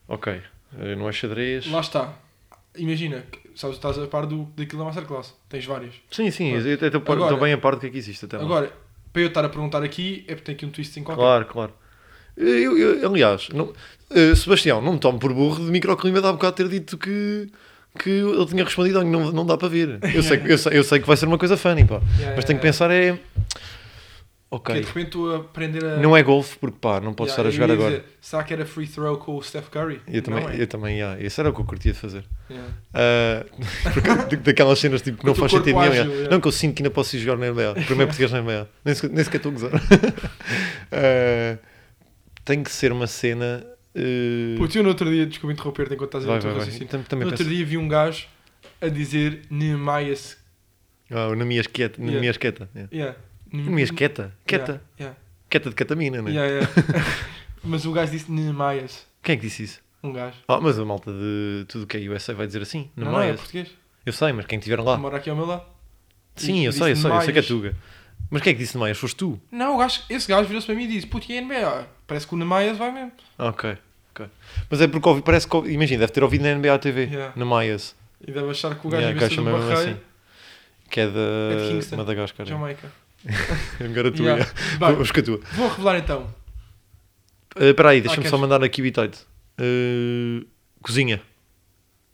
[SPEAKER 2] Ok, Eh, não é xadrez.
[SPEAKER 1] Lá está. Imagina, que- sabes, estás a par do, daquilo da masterclass. Tens várias.
[SPEAKER 2] Sim, sim, eu eu até estou par-
[SPEAKER 1] Agora-
[SPEAKER 2] estou bem a par do que é que existe. Até lá.
[SPEAKER 1] Agora, para eu estar a perguntar aqui, é porque tem aqui um twist em qualquer.
[SPEAKER 2] Claro, claro. Eu, eu- aliás, não- eh, Sebastião, não me tomo por burro de microclima de há bocado ter dito que, que ele tinha respondido, "Ah, não, não dá para ver. Eu sei, que- eu, sei, eu sei que vai ser uma coisa funny, pá.
[SPEAKER 1] Yeah,
[SPEAKER 2] Mas
[SPEAKER 1] yeah,
[SPEAKER 2] tenho que
[SPEAKER 1] yeah.
[SPEAKER 2] pensar é.
[SPEAKER 1] Porque
[SPEAKER 2] Ok.
[SPEAKER 1] de repente estou a aprender a.
[SPEAKER 2] Não é golfe, porque pá, não posso estar a jogar agora.
[SPEAKER 1] será que era free throw com o Steph Curry?
[SPEAKER 2] Eu também,
[SPEAKER 1] Não é.
[SPEAKER 2] eu também, yeah, isso era o que eu curtia de fazer.
[SPEAKER 1] Yeah.
[SPEAKER 2] Ah, porque da- daquelas cenas tipo, que
[SPEAKER 1] Com o
[SPEAKER 2] não
[SPEAKER 1] teu
[SPEAKER 2] faz sentido
[SPEAKER 1] corpo
[SPEAKER 2] nenhum.
[SPEAKER 1] ágil, é.
[SPEAKER 2] yeah.
[SPEAKER 1] yeah.
[SPEAKER 2] Não que eu sinto que ainda posso ir jogar na NBA. Primeiro é português na NBA. Nem sequer, nem sequer estou a gozar. Ah, tem que ser uma cena. ah,
[SPEAKER 1] Putz, eu no outro dia, desculpa interromper-te enquanto estás a
[SPEAKER 2] vai,
[SPEAKER 1] ver o
[SPEAKER 2] vai,
[SPEAKER 1] teu
[SPEAKER 2] vai.
[SPEAKER 1] raciocínio.
[SPEAKER 2] Tam-
[SPEAKER 1] um assim. No
[SPEAKER 2] Também
[SPEAKER 1] outro
[SPEAKER 2] penso.
[SPEAKER 1] dia vi um gajo a dizer Nehemias.
[SPEAKER 2] Ah, o Namias Queta.
[SPEAKER 1] Yeah.
[SPEAKER 2] Namias Queta. yeah.
[SPEAKER 1] Yeah.
[SPEAKER 2] Namias Queta. Queta.
[SPEAKER 1] Yeah,
[SPEAKER 2] Queta de Catamina,
[SPEAKER 1] yeah.
[SPEAKER 2] né?
[SPEAKER 1] Yeah, yeah. Mas o gajo disse Nehemias.
[SPEAKER 2] Quem é que disse isso?
[SPEAKER 1] Um gajo.
[SPEAKER 2] Ah, mas a malta de tudo que é USA vai dizer assim.
[SPEAKER 1] Não,
[SPEAKER 2] Não,
[SPEAKER 1] não, é português.
[SPEAKER 2] Eu sei, mas quem estiver lá.
[SPEAKER 1] Mora aqui ao meu lado.
[SPEAKER 2] Sim,
[SPEAKER 1] E-
[SPEAKER 2] eu
[SPEAKER 1] e
[SPEAKER 2] sei, eu
[SPEAKER 1] disse
[SPEAKER 2] sei, eu sei que é
[SPEAKER 1] Nemaias.
[SPEAKER 2] Tuga. Mas quem é que disse Nemaias? Foste tu?
[SPEAKER 1] Não, o gajo, esse gajo virou-se para mim e disse: Putz, e a NBA? Ah, Parece que o Nemaias vai mesmo.
[SPEAKER 2] Ah, Ok, ok. Mas é porque ouvi, parece que ouvi, imagina, deve ter ouvido na NBA TV,
[SPEAKER 1] Yeah.
[SPEAKER 2] na Maias.
[SPEAKER 1] E deve achar que o gajo,
[SPEAKER 2] Yeah,
[SPEAKER 1] em
[SPEAKER 2] que
[SPEAKER 1] vez de ser
[SPEAKER 2] acha
[SPEAKER 1] do
[SPEAKER 2] mesmo
[SPEAKER 1] Barreiro,
[SPEAKER 2] assim. Que é da
[SPEAKER 1] É de Kingston.
[SPEAKER 2] Madagascar. é.
[SPEAKER 1] Jamaica.
[SPEAKER 2] É melhor a tua.
[SPEAKER 1] Yeah.
[SPEAKER 2] yeah.
[SPEAKER 1] Bem,
[SPEAKER 2] Vamos com a tua.
[SPEAKER 1] vou revelar então.
[SPEAKER 2] Ah, Espera aí, deixa-me
[SPEAKER 1] queres-
[SPEAKER 2] só mandar aqui o bitite. Ah, cozinha,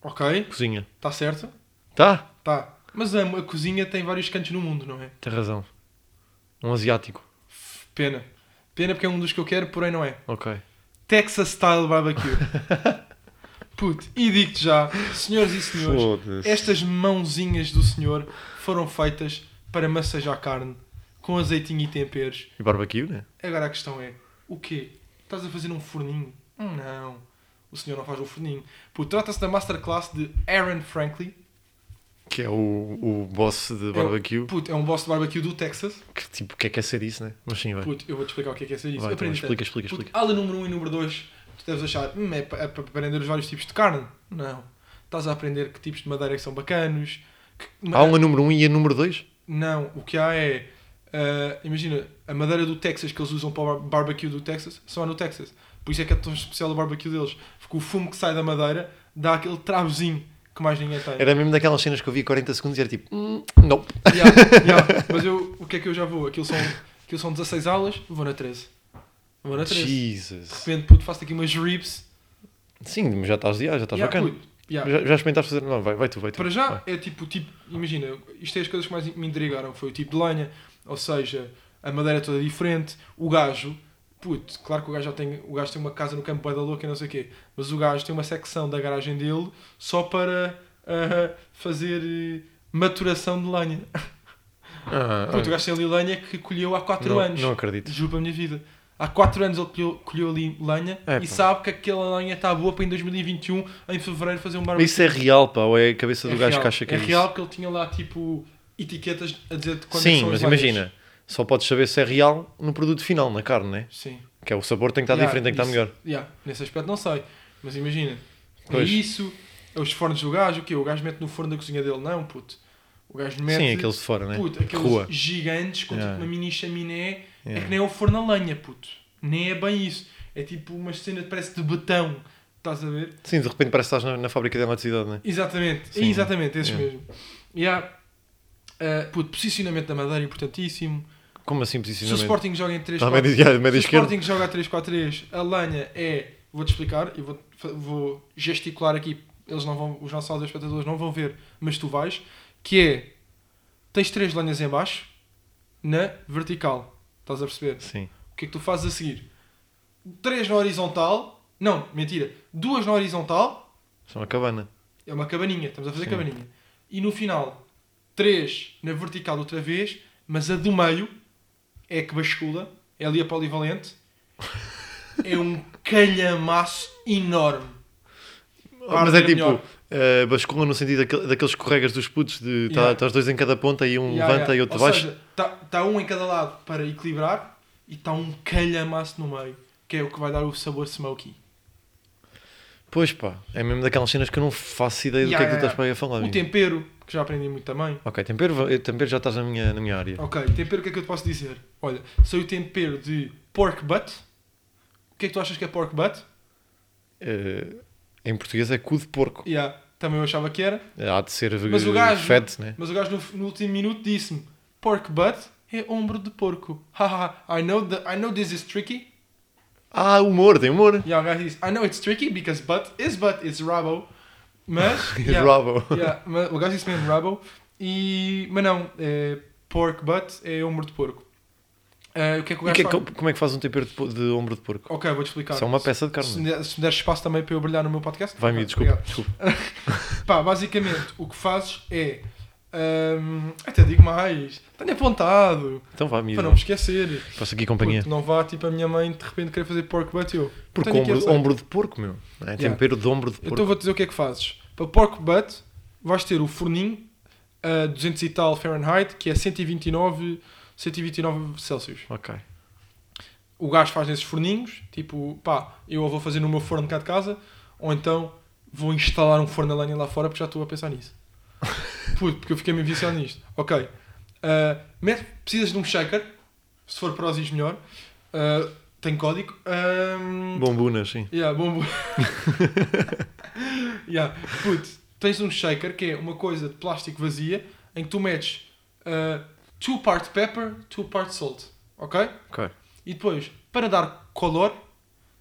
[SPEAKER 1] Ok,
[SPEAKER 2] cozinha.
[SPEAKER 1] está certo?
[SPEAKER 2] Tá?
[SPEAKER 1] Tá. Mas a, a cozinha tem vários cantos no mundo, não é?
[SPEAKER 2] Tem razão. Um asiático.
[SPEAKER 1] Pena. Pena porque é um dos que eu quero, porém não é.
[SPEAKER 2] Ok.
[SPEAKER 1] Texas Style Barbecue. Puto, e digo-te já, senhores e senhores, É
[SPEAKER 2] Foda-se.
[SPEAKER 1] estas mãozinhas do senhor foram feitas para massajar carne com azeitinho e temperos.
[SPEAKER 2] E barbecue, né?
[SPEAKER 1] Agora a questão é, o quê? Estás a fazer um forninho? Hum, Não. O senhor não faz um forninho. Puto, trata-se da masterclass de Aaron Franklin.
[SPEAKER 2] Que é o, o boss de barbecue.
[SPEAKER 1] Puto, é um boss de barbecue do Texas.
[SPEAKER 2] Que tipo, o que é que é ser isso, né? Mas sim, vai.
[SPEAKER 1] Puto, eu vou-te explicar o que é que é ser isso.
[SPEAKER 2] Vai, então,
[SPEAKER 1] Aprendi tanto.
[SPEAKER 2] explica, explica,
[SPEAKER 1] Puto,
[SPEAKER 2] explica.
[SPEAKER 1] ala número 1 um e número 2, tu deves achar, hum, é para aprender os vários tipos de carne. Não. Estás a aprender que tipos de madeira é que são bacanos. que-
[SPEAKER 2] Há um a número 1 um e a número 2?
[SPEAKER 1] Não, o que há é. ah, imagina, a madeira do Texas que eles usam para o bar- barbecue do Texas só há no Texas. Por isso é que é tão especial o barbecue deles. Porque o fumo que sai da madeira dá aquele travozinho que mais ninguém tem.
[SPEAKER 2] Era mesmo daquelas cenas que eu vi 40 segundos e era tipo, hum, não.
[SPEAKER 1] Yeah, yeah. Mas eu, o que é que eu já vou? Aquilo são, aquilo são 16 aulas, vou na 13. Vou na 13. De
[SPEAKER 2] Jesus.
[SPEAKER 1] repente, puto, faço aqui umas ribs.
[SPEAKER 2] Sim, mas já estás, já, já
[SPEAKER 1] Yeah,
[SPEAKER 2] estás Tá bacana.
[SPEAKER 1] puto, yeah.
[SPEAKER 2] Já, já experimentaste fazer. Não, vai, vai tu, vai tu.
[SPEAKER 1] Para já
[SPEAKER 2] Vai.
[SPEAKER 1] é tipo, tipo, imagina, isto é as coisas que mais me intrigaram, foi o tipo de lenha, ou seja, a madeira toda diferente, o gajo, puto, claro que o gajo já tem, o gajo tem uma casa no campo bué da louca e não sei o quê, mas o gajo tem uma secção da garagem dele só para ah, fazer eh, maturação de lenha.
[SPEAKER 2] Ah, ah,
[SPEAKER 1] Puto, o gajo tem ali lenha que colheu há 4
[SPEAKER 2] não,
[SPEAKER 1] anos,
[SPEAKER 2] Não acredito.
[SPEAKER 1] juro pela minha vida. Há 4 anos ele colheu, colheu ali lenha
[SPEAKER 2] É, pá.
[SPEAKER 1] e sabe que aquela lenha está boa para em 2021, em fevereiro, fazer um
[SPEAKER 2] Mas
[SPEAKER 1] barbecue.
[SPEAKER 2] isso é real, pá, ou é a cabeça do
[SPEAKER 1] É
[SPEAKER 2] gajo
[SPEAKER 1] real.
[SPEAKER 2] que acha que
[SPEAKER 1] é
[SPEAKER 2] é, isso?
[SPEAKER 1] real porque ele tinha lá tipo etiquetas a dizer de quando é que
[SPEAKER 2] Sim,
[SPEAKER 1] são as
[SPEAKER 2] mas
[SPEAKER 1] lenhas.
[SPEAKER 2] imagina, só podes saber se é real no produto final, na carne, né?
[SPEAKER 1] Sim.
[SPEAKER 2] Que é o sabor tem que estar
[SPEAKER 1] Yeah,
[SPEAKER 2] diferente, tem que estar
[SPEAKER 1] isso-
[SPEAKER 2] melhor.
[SPEAKER 1] yeah, Nesse aspecto não sei. Mas imagina. É
[SPEAKER 2] Pois.
[SPEAKER 1] isso. É os fornos do gajo. O quê? O gajo mete no forno da cozinha dele. Não, puto. O gajo mete.
[SPEAKER 2] Sim, aqueles de fora, né?
[SPEAKER 1] Puto, aqueles
[SPEAKER 2] Rua.
[SPEAKER 1] gigantes com
[SPEAKER 2] Yeah.
[SPEAKER 1] tipo uma mini chaminé. É
[SPEAKER 2] Yeah.
[SPEAKER 1] que nem é o forno a lenha, puto. Nem é bem isso. É tipo uma cena que parece de betão. Estás a ver?
[SPEAKER 2] Sim, de repente parece que estás na, na fábrica de eletricidade, né?
[SPEAKER 1] Exatamente,
[SPEAKER 2] Sim.
[SPEAKER 1] exatamente, esses
[SPEAKER 2] Yeah.
[SPEAKER 1] mesmo. E há. ah, puto, posicionamento da Madeira importantíssimo.
[SPEAKER 2] Como assim,
[SPEAKER 1] Se o
[SPEAKER 2] posicionamento?
[SPEAKER 1] Sporting joga em 3
[SPEAKER 2] Está à média, yeah, média
[SPEAKER 1] Se o
[SPEAKER 2] esquerda.
[SPEAKER 1] Sporting joga a 3-4-3, a lenha é. Vou-te explicar e vou, vou gesticular aqui. Eles não vão, os nossos espectadores não vão ver, mas tu vais. Que é. Tens três lenhas em baixo, na vertical. Estás a perceber?
[SPEAKER 2] Sim.
[SPEAKER 1] O que é que tu fazes a seguir? Três na horizontal. Não, mentira. Duas na horizontal.
[SPEAKER 2] São uma cabana.
[SPEAKER 1] É uma cabaninha. Estamos a fazer
[SPEAKER 2] Sim.
[SPEAKER 1] cabaninha. E no final, três na vertical outra vez, mas a do meio é a que bascula. É ali a polivalente. É um calhamaço enorme.
[SPEAKER 2] Ah, mas é
[SPEAKER 1] era
[SPEAKER 2] tipo,
[SPEAKER 1] melhor.
[SPEAKER 2] eh, bascula no sentido daquele, daqueles corregas dos putos de tá,
[SPEAKER 1] Yeah.
[SPEAKER 2] tá os dois em cada ponta e um
[SPEAKER 1] Yeah,
[SPEAKER 2] levanta
[SPEAKER 1] yeah.
[SPEAKER 2] e outro
[SPEAKER 1] Ou
[SPEAKER 2] baixa.
[SPEAKER 1] seja, está tá um em cada lado para equilibrar e está um calhamaço no meio, que é o que vai dar o sabor smoky.
[SPEAKER 2] Pois pá, é mesmo daquelas cenas que eu não faço ideia do
[SPEAKER 1] Yeah,
[SPEAKER 2] que é que tu
[SPEAKER 1] yeah,
[SPEAKER 2] estás para aí a falar.
[SPEAKER 1] O
[SPEAKER 2] amigo.
[SPEAKER 1] tempero, que já aprendi muito também.
[SPEAKER 2] Ok, tempero, eu- tempero já estás na minha, na minha área.
[SPEAKER 1] Ok, tempero, o que é que eu te posso dizer? Olha, saiu tempero de pork butt. O que é que tu achas que é pork butt?
[SPEAKER 2] Eh, em português é cu de porco.
[SPEAKER 1] Yeah, também eu achava que era.
[SPEAKER 2] Há de ser
[SPEAKER 1] Mas o gajo-
[SPEAKER 2] fed, né?
[SPEAKER 1] Mas o gajo no, no último minuto disse-me: pork butt é ombro de porco. Haha, I know, the, I know this is tricky.
[SPEAKER 2] Ah, humor, tem humor.
[SPEAKER 1] Yeah, o gajo disse: I know it's tricky because butt is butt, it's rabo. Mas. yeah,
[SPEAKER 2] Bravo.
[SPEAKER 1] yeah, mas o gajo disse mesmo rabo. E, mas não, é, pork butt é ombro de porco. Ah, o que é que o
[SPEAKER 2] E
[SPEAKER 1] gajo
[SPEAKER 2] que é-
[SPEAKER 1] faz?
[SPEAKER 2] co- como é que faz um tempero de, po- de ombro de porco?
[SPEAKER 1] Ok, vou-te explicar.
[SPEAKER 2] Isso é uma peça de
[SPEAKER 1] Se
[SPEAKER 2] carne.
[SPEAKER 1] me, der, se me deres espaço também para eu brilhar no meu podcast.
[SPEAKER 2] Vai-me,
[SPEAKER 1] Ah,
[SPEAKER 2] desculpa.
[SPEAKER 1] obrigado.
[SPEAKER 2] desculpa.
[SPEAKER 1] Pá, basicamente, o que fazes é. hum, até digo mais. Tenho apontado.
[SPEAKER 2] Então vá, me
[SPEAKER 1] Para não me esquecer.
[SPEAKER 2] Faço aqui companhia.
[SPEAKER 1] Puto, não vá tipo a minha mãe de repente querer fazer pork butt e eu.
[SPEAKER 2] Porque
[SPEAKER 1] tenho aqui
[SPEAKER 2] ombro,
[SPEAKER 1] essa-
[SPEAKER 2] ombro de porco, meu. É
[SPEAKER 1] Yeah.
[SPEAKER 2] tempero de ombro de porco.
[SPEAKER 1] Então vou dizer o que é que fazes. Para pork butt, vais ter o forninho a 200 e tal Fahrenheit, que é 129, 129 Celsius.
[SPEAKER 2] Ok.
[SPEAKER 1] o gajo faz nesses forninhos, tipo, pá, eu ou vou fazer no meu forno cá de casa, ou então vou instalar um forno a lenha lá fora porque já estou a pensar nisso. Puto, porque eu fiquei me viciado nisto. Ok. Ah, mete- precisas de um shaker, se for para os is melhor. Ah, tem código. Ahm,
[SPEAKER 2] Bombunas, sim.
[SPEAKER 1] Yeah, bom. yeah. Puto, tens um shaker que é uma coisa de plástico vazia em que tu metes ah, two part pepper, two part salt. Ok?
[SPEAKER 2] Ok.
[SPEAKER 1] E depois, para dar color,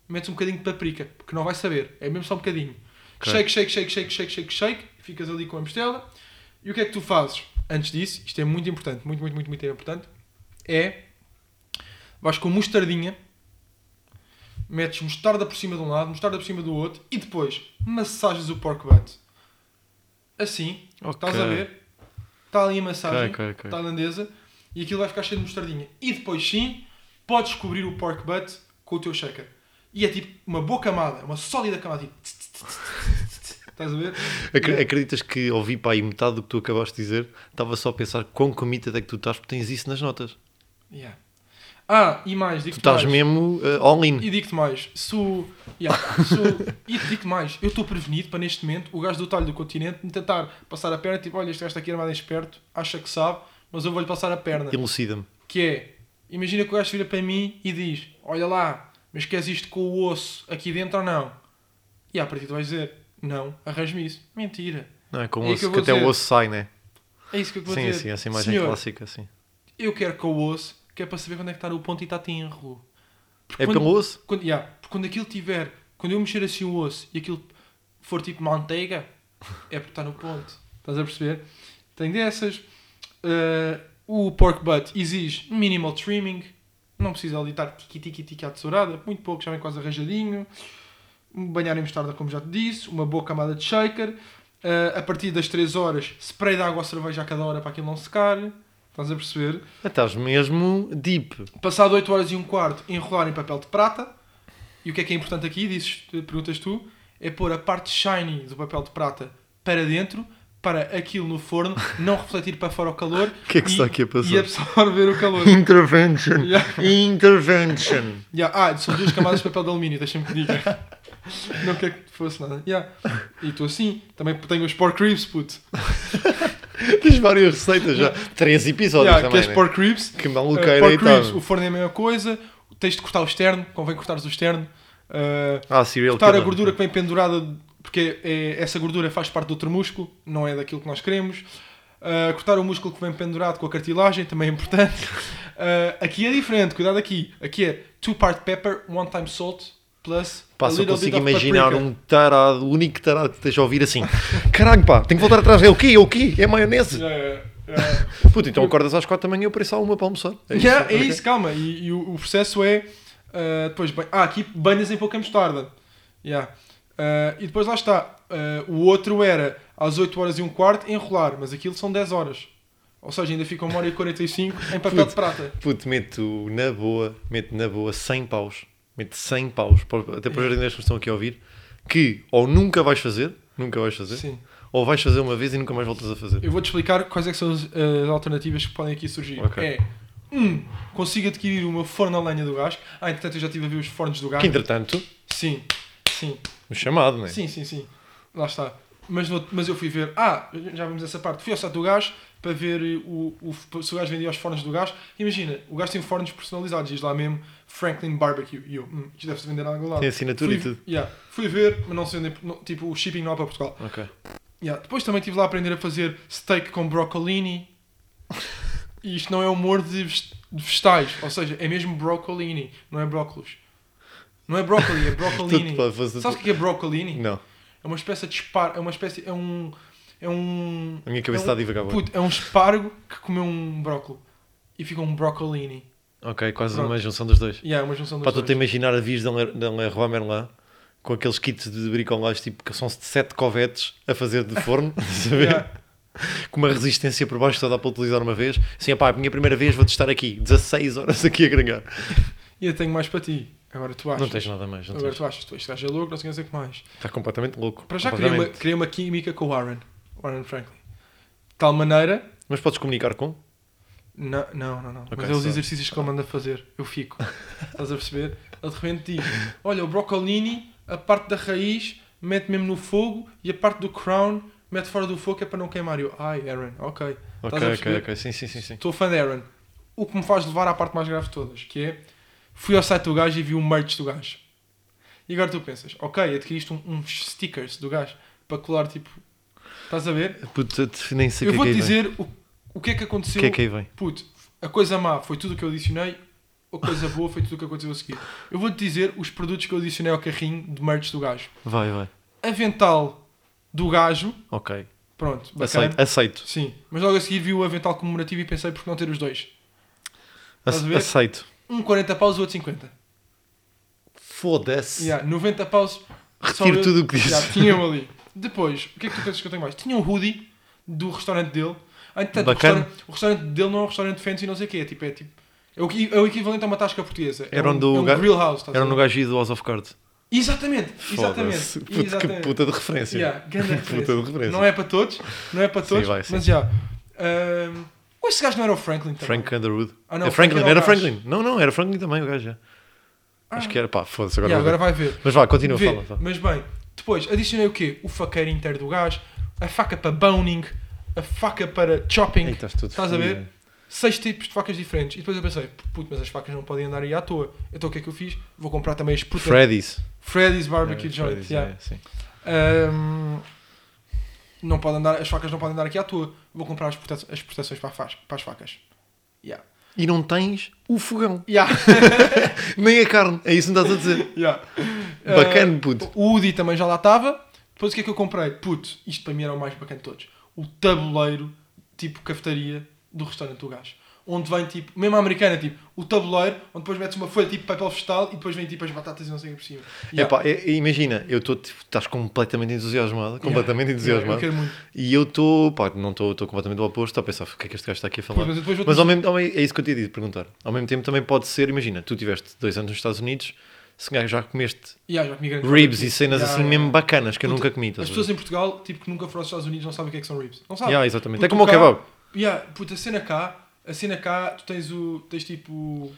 [SPEAKER 1] metes um bocadinho de paprika, porque não vai saber, é mesmo só um bocadinho.
[SPEAKER 2] Ok.
[SPEAKER 1] Shake, shake, shake, shake, shake, shake, shake, ficas ali com a mistela. E o que é que tu fazes? Antes disso, isto é muito importante, muito, muito, muito, muito importante, é vais com mostardinha, metes mostarda por cima de um lado, mostarda por cima do outro e depois massagens o pork butt. Assim,
[SPEAKER 2] Ok.
[SPEAKER 1] estás a ver? Está ali a massagem
[SPEAKER 2] Ok, ok, ok.
[SPEAKER 1] tailandesa e aquilo vai ficar cheio de mostardinha. E depois sim, podes cobrir o pork butt com o teu shaker. E é tipo uma boa camada, uma sólida camada. Tipo... tss, tss, tss, tss, tss, tss. Estás a ver?
[SPEAKER 2] Acre- Acreditas que ouvi para aí metade do que tu acabaste de dizer? Estava só a pensar quão committed é que tu estás, porque tens isso nas notas.
[SPEAKER 1] Yeah. Ah, e mais,
[SPEAKER 2] Tu
[SPEAKER 1] digo-te
[SPEAKER 2] estás
[SPEAKER 1] mais.
[SPEAKER 2] mesmo eh, all in.
[SPEAKER 1] E digo-te mais, se o. Yeah, se o- E digo-te mais, eu estou prevenido para neste momento o gajo do talho do continente me tentar passar a perna, tipo, olha, este gajo está aqui armado em esperto, acha que sabe, mas eu vou-lhe passar a perna.
[SPEAKER 2] Elucida-me.
[SPEAKER 1] que é, imagina que o gajo vira para mim e diz, olha lá, mas queres isto com o osso aqui dentro ou não? E à partida tu vais dizer, não, arranje-me isso. Mentira.
[SPEAKER 2] Não é com
[SPEAKER 1] É
[SPEAKER 2] o
[SPEAKER 1] que
[SPEAKER 2] osso,
[SPEAKER 1] eu
[SPEAKER 2] que,
[SPEAKER 1] vou
[SPEAKER 2] até o
[SPEAKER 1] dizer.
[SPEAKER 2] osso sai, né?
[SPEAKER 1] É isso que eu vou
[SPEAKER 2] Sim,
[SPEAKER 1] dizer.
[SPEAKER 2] assim, essa imagem
[SPEAKER 1] Senhor,
[SPEAKER 2] clássica, assim.
[SPEAKER 1] eu quero com o osso, que é para saber quando é que está o ponto e está tenro. Porque
[SPEAKER 2] É
[SPEAKER 1] quando,
[SPEAKER 2] pelo osso?
[SPEAKER 1] quando, yeah, porque quando aquilo tiver, quando eu mexer assim o osso e aquilo for tipo manteiga, é porque está no ponto. Estás a perceber? Tem dessas. Ah, o pork butt exige minimal trimming. Não precisa ali estar tiqui-tiqui-tiqui à tesourada. Muito pouco, já vem quase arranjadinho. Banhar em mostarda, como já te disse. Uma boa camada de shaker. Ah, a partir das 3 horas, spray de água ou cerveja a cada hora para aquilo não secar. Estás a perceber?
[SPEAKER 2] Ah, Estás mesmo deep.
[SPEAKER 1] Passado 8 horas e um quarto, enrolar em papel de prata. E o que é que é importante aqui, dizes, perguntas tu, é pôr a parte shiny do papel de prata para dentro, para aquilo no forno não refletir para fora o calor
[SPEAKER 2] O que é que
[SPEAKER 1] e,
[SPEAKER 2] está aqui a passar?
[SPEAKER 1] e absorver o calor.
[SPEAKER 2] Intervention.
[SPEAKER 1] Yeah.
[SPEAKER 2] Intervention.
[SPEAKER 1] Yeah. Ah, são duas camadas de papel de alumínio, deixa-me que diga. Não quer que fosse nada. Yeah. E tu assim, também tenho os pork ribs, puto.
[SPEAKER 2] Tens várias receitas já. Três episódios
[SPEAKER 1] Yeah,
[SPEAKER 2] também.
[SPEAKER 1] queres
[SPEAKER 2] né?
[SPEAKER 1] pork ribs?
[SPEAKER 2] Que
[SPEAKER 1] Uh,
[SPEAKER 2] maluqueira
[SPEAKER 1] pork
[SPEAKER 2] aí tá.
[SPEAKER 1] ribs, o forno é a mesma coisa. Tens de cortar o externo, convém cortares o externo. Uh,
[SPEAKER 2] Ah, serial
[SPEAKER 1] cortar a
[SPEAKER 2] killer.
[SPEAKER 1] gordura que vem pendurada, porque é- essa gordura faz parte do outro músculo, não é daquilo que nós queremos. Uh, cortar o músculo que vem pendurado com a cartilagem, também é importante. Uh, aqui é diferente, cuidado aqui. Aqui é two part pepper, one time salt, plus
[SPEAKER 2] Pá,
[SPEAKER 1] a
[SPEAKER 2] se eu
[SPEAKER 1] little bit
[SPEAKER 2] consigo
[SPEAKER 1] of
[SPEAKER 2] imaginar
[SPEAKER 1] paprika.
[SPEAKER 2] um tarado, o único tarado que esteja a ouvir assim, caralho, pá, tenho que voltar atrás, é o quê? É o quê? É maionese?
[SPEAKER 1] Yeah, yeah, yeah.
[SPEAKER 2] Puto, então acordas às quatro da manhã e eu pareço uma para almoçar.
[SPEAKER 1] É isso, é isso calma. E, e o, o processo é. ah, depois, ban- ah, aqui banhas em pouca mostarda. Yeah. Ah, e depois lá está. Ah, o outro era às 8 horas e um quarto enrolar, mas aquilo são 10 horas. Ou seja, ainda fica 1 hora e 45 em papel de prata.
[SPEAKER 2] Puto, meto na boa, meto na boa 100 paus, meto 100 paus, para- até para os jardineiros que estão aqui a ouvir, que ou nunca vais fazer, nunca vais fazer,
[SPEAKER 1] Sim.
[SPEAKER 2] ou vais fazer uma vez e nunca mais voltas a fazer.
[SPEAKER 1] Eu vou-te explicar quais é que são as, as alternativas que podem aqui surgir.
[SPEAKER 2] Ok.
[SPEAKER 1] É. 1. Um, consigo adquirir o meu forno a lenha do gás. Ah, entretanto, eu já estive a ver os fornos do gás.
[SPEAKER 2] Que entretanto,
[SPEAKER 1] Sim. Sim.
[SPEAKER 2] um chamado, não é?
[SPEAKER 1] Sim, sim, sim. Lá está. Mas, no- mas eu fui ver. Ah, já vimos essa parte. Fui ao site do gás para ver eh, o, o- se o gás vendia os fornos do gás. Imagina, o gás tem fornos personalizados. Diz lá mesmo Franklin Barbecue. E eu, hum, isto deve-se vender a algum lado.
[SPEAKER 2] Tem assinatura
[SPEAKER 1] fui,
[SPEAKER 2] e é tudo.
[SPEAKER 1] yeah. fui ver, mas não se vende. não- tipo, o shipping não há para Portugal.
[SPEAKER 2] Ok.
[SPEAKER 1] Yeah. Depois também estive lá a aprender a fazer steak com broccolini. E isto não é humor de ves- de vegetais. Ou seja, é mesmo broccolini. Não é brócolos. Não é brócoli, é broccolini.
[SPEAKER 2] Tudo para fazer.
[SPEAKER 1] Sabes o que é broccolini?
[SPEAKER 2] Não,
[SPEAKER 1] É uma espécie de espargo. É uma espécie. É um. É um.
[SPEAKER 2] a minha cabeça está
[SPEAKER 1] é
[SPEAKER 2] a divagar.
[SPEAKER 1] um,
[SPEAKER 2] bué.
[SPEAKER 1] puto, é um espargo que comeu um brócolo. E ficou um broccolini.
[SPEAKER 2] Ok, quase
[SPEAKER 1] Pronto.
[SPEAKER 2] uma junção dos dois.
[SPEAKER 1] E é uma junção dos
[SPEAKER 2] Pá, estou a
[SPEAKER 1] dois.
[SPEAKER 2] imaginar a vir da Leroy Merlin com aqueles kits de bricolage tipo que são sete covetes a fazer de forno, sabe?
[SPEAKER 1] Yeah.
[SPEAKER 2] com uma resistência por baixo que só dá para utilizar uma vez. Assim, pá, a minha primeira vez vou estar aqui, 16 horas aqui a grangar.
[SPEAKER 1] E eu tenho mais para ti. Agora tu achas.
[SPEAKER 2] Não tens nada mais, não
[SPEAKER 1] Agora
[SPEAKER 2] tens.
[SPEAKER 1] tu achas. Tu, este gajo é louco, não sei o que mais.
[SPEAKER 2] Está completamente louco.
[SPEAKER 1] Para já criei uma,
[SPEAKER 2] completamente.
[SPEAKER 1] criei uma química com o Warren. Warren Franklin. De tal maneira.
[SPEAKER 2] Mas podes comunicar com?
[SPEAKER 1] Não, não, não. não.
[SPEAKER 2] Ok,
[SPEAKER 1] Mas é os
[SPEAKER 2] só-
[SPEAKER 1] exercícios que ele manda fazer. Eu fico. Estás a perceber? Ele de repente diz: Olha, o broccolini, a parte da raiz, mete mesmo no fogo e a parte do crown, mete fora do fogo que é para não queimar. E Eu, ai, Aaron, ok.
[SPEAKER 2] Ok,
[SPEAKER 1] a
[SPEAKER 2] ok,
[SPEAKER 1] perceber?
[SPEAKER 2] ok. Sim, sim, sim. sim.
[SPEAKER 1] Estou fã de Aaron. O que me faz levar à parte mais grave de todas, que é: fui ao site do gajo e vi o merch do gajo. E agora tu pensas: Ok, adquiriste um- uns stickers do gajo para colar, tipo. Estás a ver?
[SPEAKER 2] Puta, te- nem sei
[SPEAKER 1] Eu
[SPEAKER 2] o que é
[SPEAKER 1] vou-te
[SPEAKER 2] que aí vem.
[SPEAKER 1] dizer o, o que é que
[SPEAKER 2] O
[SPEAKER 1] aconteceu
[SPEAKER 2] que é que aí vem?
[SPEAKER 1] Puto, a coisa má foi tudo o que eu adicionei, a coisa boa foi tudo o que aconteceu a seguir. Eu vou-te dizer os produtos que eu adicionei ao carrinho de merch do gajo.
[SPEAKER 2] Vai, vai.
[SPEAKER 1] Avental do gajo,
[SPEAKER 2] Ok.
[SPEAKER 1] pronto, bacana.
[SPEAKER 2] Aceito, aceito.
[SPEAKER 1] Sim, mas logo a seguir vi o avental comemorativo e pensei por que não ter os dois. Estás a ver?
[SPEAKER 2] Ace- Aceito.
[SPEAKER 1] Um 40 paus, o outro 50.
[SPEAKER 2] Foda-se.
[SPEAKER 1] Yeah, 90 paus. só
[SPEAKER 2] Retiro
[SPEAKER 1] eu-
[SPEAKER 2] tudo o que disse.
[SPEAKER 1] Yeah, tinha eu ali. Depois, o que é que tu pensas que eu tenho mais? Tinha um hoodie do restaurante dele. Ah, Entretanto, o
[SPEAKER 2] Bacana.
[SPEAKER 1] restaurante, o restaurante dele não é um restaurante fancy, não sei o quê. É tipo, é tipo. É o, que- é o equivalente a uma tasca portuguesa. É
[SPEAKER 2] Era
[SPEAKER 1] um,
[SPEAKER 2] onde o
[SPEAKER 1] é um
[SPEAKER 2] ga-
[SPEAKER 1] grill house. estás a
[SPEAKER 2] Era
[SPEAKER 1] ver?
[SPEAKER 2] no gajo do House of Cards.
[SPEAKER 1] Exatamente,
[SPEAKER 2] Foda-se.
[SPEAKER 1] exatamente.
[SPEAKER 2] Puta, Que
[SPEAKER 1] exatamente.
[SPEAKER 2] puta de referência.
[SPEAKER 1] Yeah, grande
[SPEAKER 2] Puta de referência.
[SPEAKER 1] referência. Não é para todos, não é para todos,
[SPEAKER 2] vai, sim.
[SPEAKER 1] mas já. Ahm, ou esse gajo não era o Franklin também?
[SPEAKER 2] Frank Underwood.
[SPEAKER 1] Ah, não,
[SPEAKER 2] é Franklin,
[SPEAKER 1] Franklin
[SPEAKER 2] era
[SPEAKER 1] era o gajo.
[SPEAKER 2] Franklin. Não, não, era Franklin também o gajo. já.
[SPEAKER 1] Ah.
[SPEAKER 2] Acho que era, pá, foda-se agora.
[SPEAKER 1] Yeah,
[SPEAKER 2] vou ver.
[SPEAKER 1] agora vai ver.
[SPEAKER 2] Mas vá, continua,
[SPEAKER 1] Vê,
[SPEAKER 2] fala. fala.
[SPEAKER 1] Mas bem, depois adicionei o quê? O faqueiro inteiro do gás, a faca para boning, a faca para chopping,
[SPEAKER 2] Ei, estás todo
[SPEAKER 1] estás a
[SPEAKER 2] fodido.
[SPEAKER 1] ver? seis tipos de facas diferentes. E depois eu pensei, puto, mas as facas não podem andar aí à toa. Então o que é que eu fiz? Vou comprar também as putas.
[SPEAKER 2] Freddy's.
[SPEAKER 1] Freddy's Barbecue
[SPEAKER 2] É,
[SPEAKER 1] Joint.
[SPEAKER 2] Freddy's,
[SPEAKER 1] yeah.
[SPEAKER 2] é, sim.
[SPEAKER 1] Ahm, não pode andar, as facas não podem andar aqui à toa. Vou comprar as, prote- as proteções para, a faz- para as facas. Yeah.
[SPEAKER 2] E não tens o fogão.
[SPEAKER 1] Yeah.
[SPEAKER 2] Nem a carne. É isso que me estás a dizer.
[SPEAKER 1] yeah.
[SPEAKER 2] Bacana, puto.
[SPEAKER 1] Ah, o Udi também já lá estava. Depois o que é que eu comprei? Puto, isto para mim era o mais bacana de todos. O tabuleiro, tipo cafetaria, do restaurante do gás. Onde vem tipo, mesmo a americana, tipo, o tabuleiro, onde depois metes uma folha tipo papel vegetal e depois vem tipo as batatas e não sei o que por cima. Yeah.
[SPEAKER 2] Epá, é- é, imagina, eu estou, tipo, estás completamente entusiasmado. Completamente
[SPEAKER 1] Yeah,
[SPEAKER 2] entusiasmado.
[SPEAKER 1] eu quero muito.
[SPEAKER 2] E eu estou, pá, não estou estou completamente do oposto, estou a pensar, o que é que este gajo está aqui a falar?
[SPEAKER 1] Pois, mas eu depois vou-te
[SPEAKER 2] Mas ao mesmo, ao mesmo- é isso que eu te ia dizer, perguntar. Ao mesmo tempo também pode ser, imagina, tu tiveste dois anos nos Estados Unidos, se calhar já comeste
[SPEAKER 1] Yeah, já comi grande
[SPEAKER 2] ribs
[SPEAKER 1] coisa.
[SPEAKER 2] e cenas
[SPEAKER 1] Yeah,
[SPEAKER 2] assim
[SPEAKER 1] yeah.
[SPEAKER 2] mesmo bacanas que eu
[SPEAKER 1] Puta,
[SPEAKER 2] nunca comi.
[SPEAKER 1] As
[SPEAKER 2] Estás a ver?
[SPEAKER 1] pessoas em Portugal, tipo, que nunca foram aos Estados Unidos, não sabem o que é que são ribs. Não sabem.
[SPEAKER 2] Yeah, exatamente. É
[SPEAKER 1] Puto,
[SPEAKER 2] como o
[SPEAKER 1] cá-
[SPEAKER 2] kebab.
[SPEAKER 1] Yeah, puta, a cena cá, a cena cá, tu tens o. tens tipo.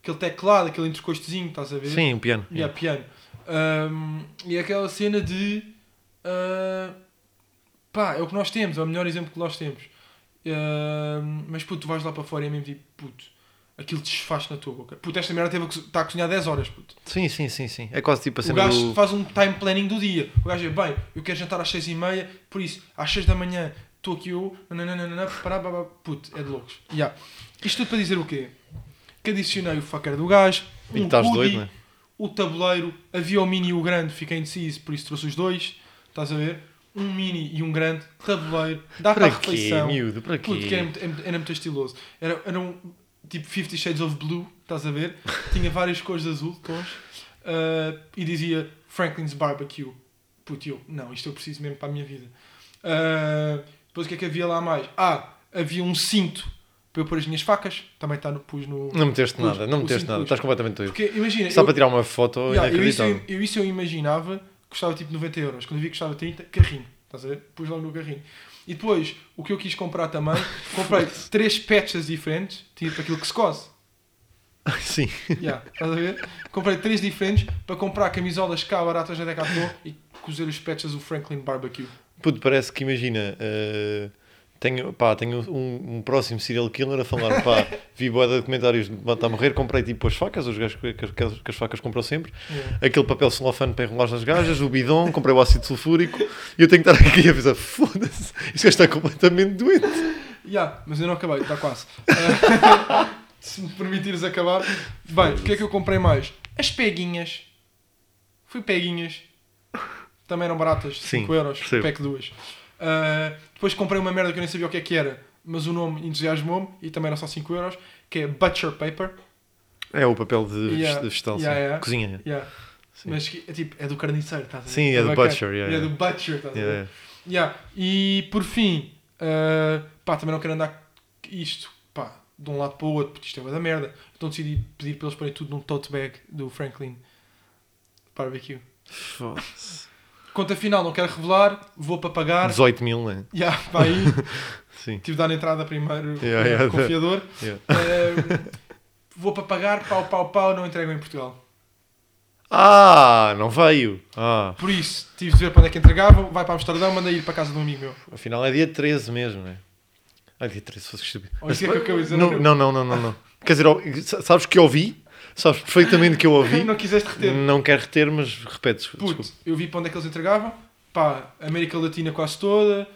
[SPEAKER 1] aquele teclado, aquele entrecostozinho, estás a ver?
[SPEAKER 2] Sim, um piano.
[SPEAKER 1] Yeah, piano. Um, e aquela cena de. ah, pá, é o que nós temos, é o melhor é exemplo que nós temos. Ahm, mas puto, tu vais lá para fora e é mesmo tipo, puto, aquilo desfaz na tua boca. Puto, esta merda teve a co- está a cozinhar 10 horas, puto.
[SPEAKER 2] Sim, sim, sim, sim. É quase tipo a
[SPEAKER 1] O
[SPEAKER 2] cena
[SPEAKER 1] gajo
[SPEAKER 2] do...
[SPEAKER 1] faz um time planning do dia. O gajo é, bem, eu quero jantar às 6 e meia, por isso, às 6 da manhã estou aqui eu, nananana, preparar, babá, puto, é de loucos. Yeah. Isto tudo para dizer o quê? Que adicionei o fucker do gajo, um
[SPEAKER 2] E que estás
[SPEAKER 1] hoodie,
[SPEAKER 2] doido, né?
[SPEAKER 1] o tabuleiro, havia o mini e o grande, fiquei indeciso, por isso trouxe os dois, estás a ver? Um mini e um grande, tabuleiro, dá para a
[SPEAKER 2] Para quê,
[SPEAKER 1] refeição.
[SPEAKER 2] miúdo? Para
[SPEAKER 1] Puto, que é um era, muito-
[SPEAKER 2] quê?
[SPEAKER 1] era muito- era muito estiloso. Era, era um tipo 50 Shades of Blue, estás a ver? Tinha várias cores de azul, tons. ah, e dizia Franklin's Barbecue. Puto, eu, não, isto eu preciso mesmo para a minha vida. Ah, depois o que é que havia lá mais? Ah, havia um cinto para eu pôr as minhas facas. Também está no, pus no.
[SPEAKER 2] Não meteste
[SPEAKER 1] Puto,
[SPEAKER 2] nada, não
[SPEAKER 1] o
[SPEAKER 2] meteste
[SPEAKER 1] cinto
[SPEAKER 2] nada.
[SPEAKER 1] pus.
[SPEAKER 2] Estás completamente doido.
[SPEAKER 1] Porque imagina.
[SPEAKER 2] Só
[SPEAKER 1] eu-
[SPEAKER 2] para tirar uma foto
[SPEAKER 1] Yeah, eu, isso, eu,
[SPEAKER 2] inacreditável.
[SPEAKER 1] eu isso eu imaginava, custava tipo 90 euros. Quando vi que custava 30, carrinho. Estás a ver? Pus logo no carrinho. E depois, o que eu quis comprar também, comprei três patches diferentes, tipo aquilo que se cose.
[SPEAKER 2] Sim.
[SPEAKER 1] Yeah, estás a ver? Comprei três diferentes para comprar camisolas cá baratas na Decathlon e cozer os patches do Franklin Barbecue.
[SPEAKER 2] Puto, parece que imagina. eh, tenho, pá, tenho um, um próximo serial killer a falar, pá, vi boa de documentários de matar a morrer, comprei tipo as facas, os gajos que, que, que- que as facas compram sempre,
[SPEAKER 1] Yeah.
[SPEAKER 2] aquele papel celofane para enrolar nas gajas, o bidão, comprei o ácido sulfúrico, e eu tenho que estar aqui a pensar, foda-se, isso gajo está completamente doente.
[SPEAKER 1] Yeah, mas eu não acabei, está quase. Ah, Se me permitires acabar. Bem, o que é que eu comprei mais? As peguinhas. Fui peguinhas. Também eram baratas,
[SPEAKER 2] Sim,
[SPEAKER 1] 5 euros,
[SPEAKER 2] percebo.
[SPEAKER 1] pack duas. Ah, depois comprei uma merda que eu nem sabia o que é que era, mas o nome entusiasmou-me e também era só 5 euros, que é Butcher Paper.
[SPEAKER 2] É o papel de, vest-
[SPEAKER 1] Yeah,
[SPEAKER 2] de vegetal,
[SPEAKER 1] yeah,
[SPEAKER 2] sim.
[SPEAKER 1] yeah.
[SPEAKER 2] cozinha.
[SPEAKER 1] Yeah.
[SPEAKER 2] Sim.
[SPEAKER 1] Mas que, é, tipo, é do carniceiro, estás a ver?
[SPEAKER 2] Sim, é do
[SPEAKER 1] bacana.
[SPEAKER 2] butcher, yeah,
[SPEAKER 1] E É do
[SPEAKER 2] yeah.
[SPEAKER 1] Butcher, estás a ver?
[SPEAKER 2] Yeah.
[SPEAKER 1] Yeah. E por fim, ah, pá, também não quero andar isto pá, de um lado para o outro, porque isto é bué da merda. Então decidi pedir para eles porem tudo num tote bag do Franklin Barbecue.
[SPEAKER 2] Foda-se.
[SPEAKER 1] Conta final, não quero revelar, vou para pagar.
[SPEAKER 2] 18 mil, né?
[SPEAKER 1] Yeah, pá, aí,
[SPEAKER 2] Sim.
[SPEAKER 1] tive de dar entrada primeiro
[SPEAKER 2] Yeah, yeah.
[SPEAKER 1] ao confiador.
[SPEAKER 2] Yeah.
[SPEAKER 1] Ah, vou para pagar, pau, pau, pau, não entregam em Portugal.
[SPEAKER 2] Ah, não veio. Ah,
[SPEAKER 1] Por isso, tive de ver para onde é que entregavam, vai para Amsterdão, manda ir para a casa de um amigo meu.
[SPEAKER 2] afinal é dia 13 mesmo, né? Ah, dia 13, fosse estúpido.
[SPEAKER 1] Ou isso é que eu acabei de dizer,
[SPEAKER 2] não, não, não, não, não, não. Quer dizer, ou- sa- sabes que eu ouvi? Sabes perfeitamente que eu ouvi?
[SPEAKER 1] não quiseste reter.
[SPEAKER 2] Não quero reter, mas repete, desculpa.
[SPEAKER 1] Puto, eu vi para onde é que eles entregavam. Pá, América Latina quase toda.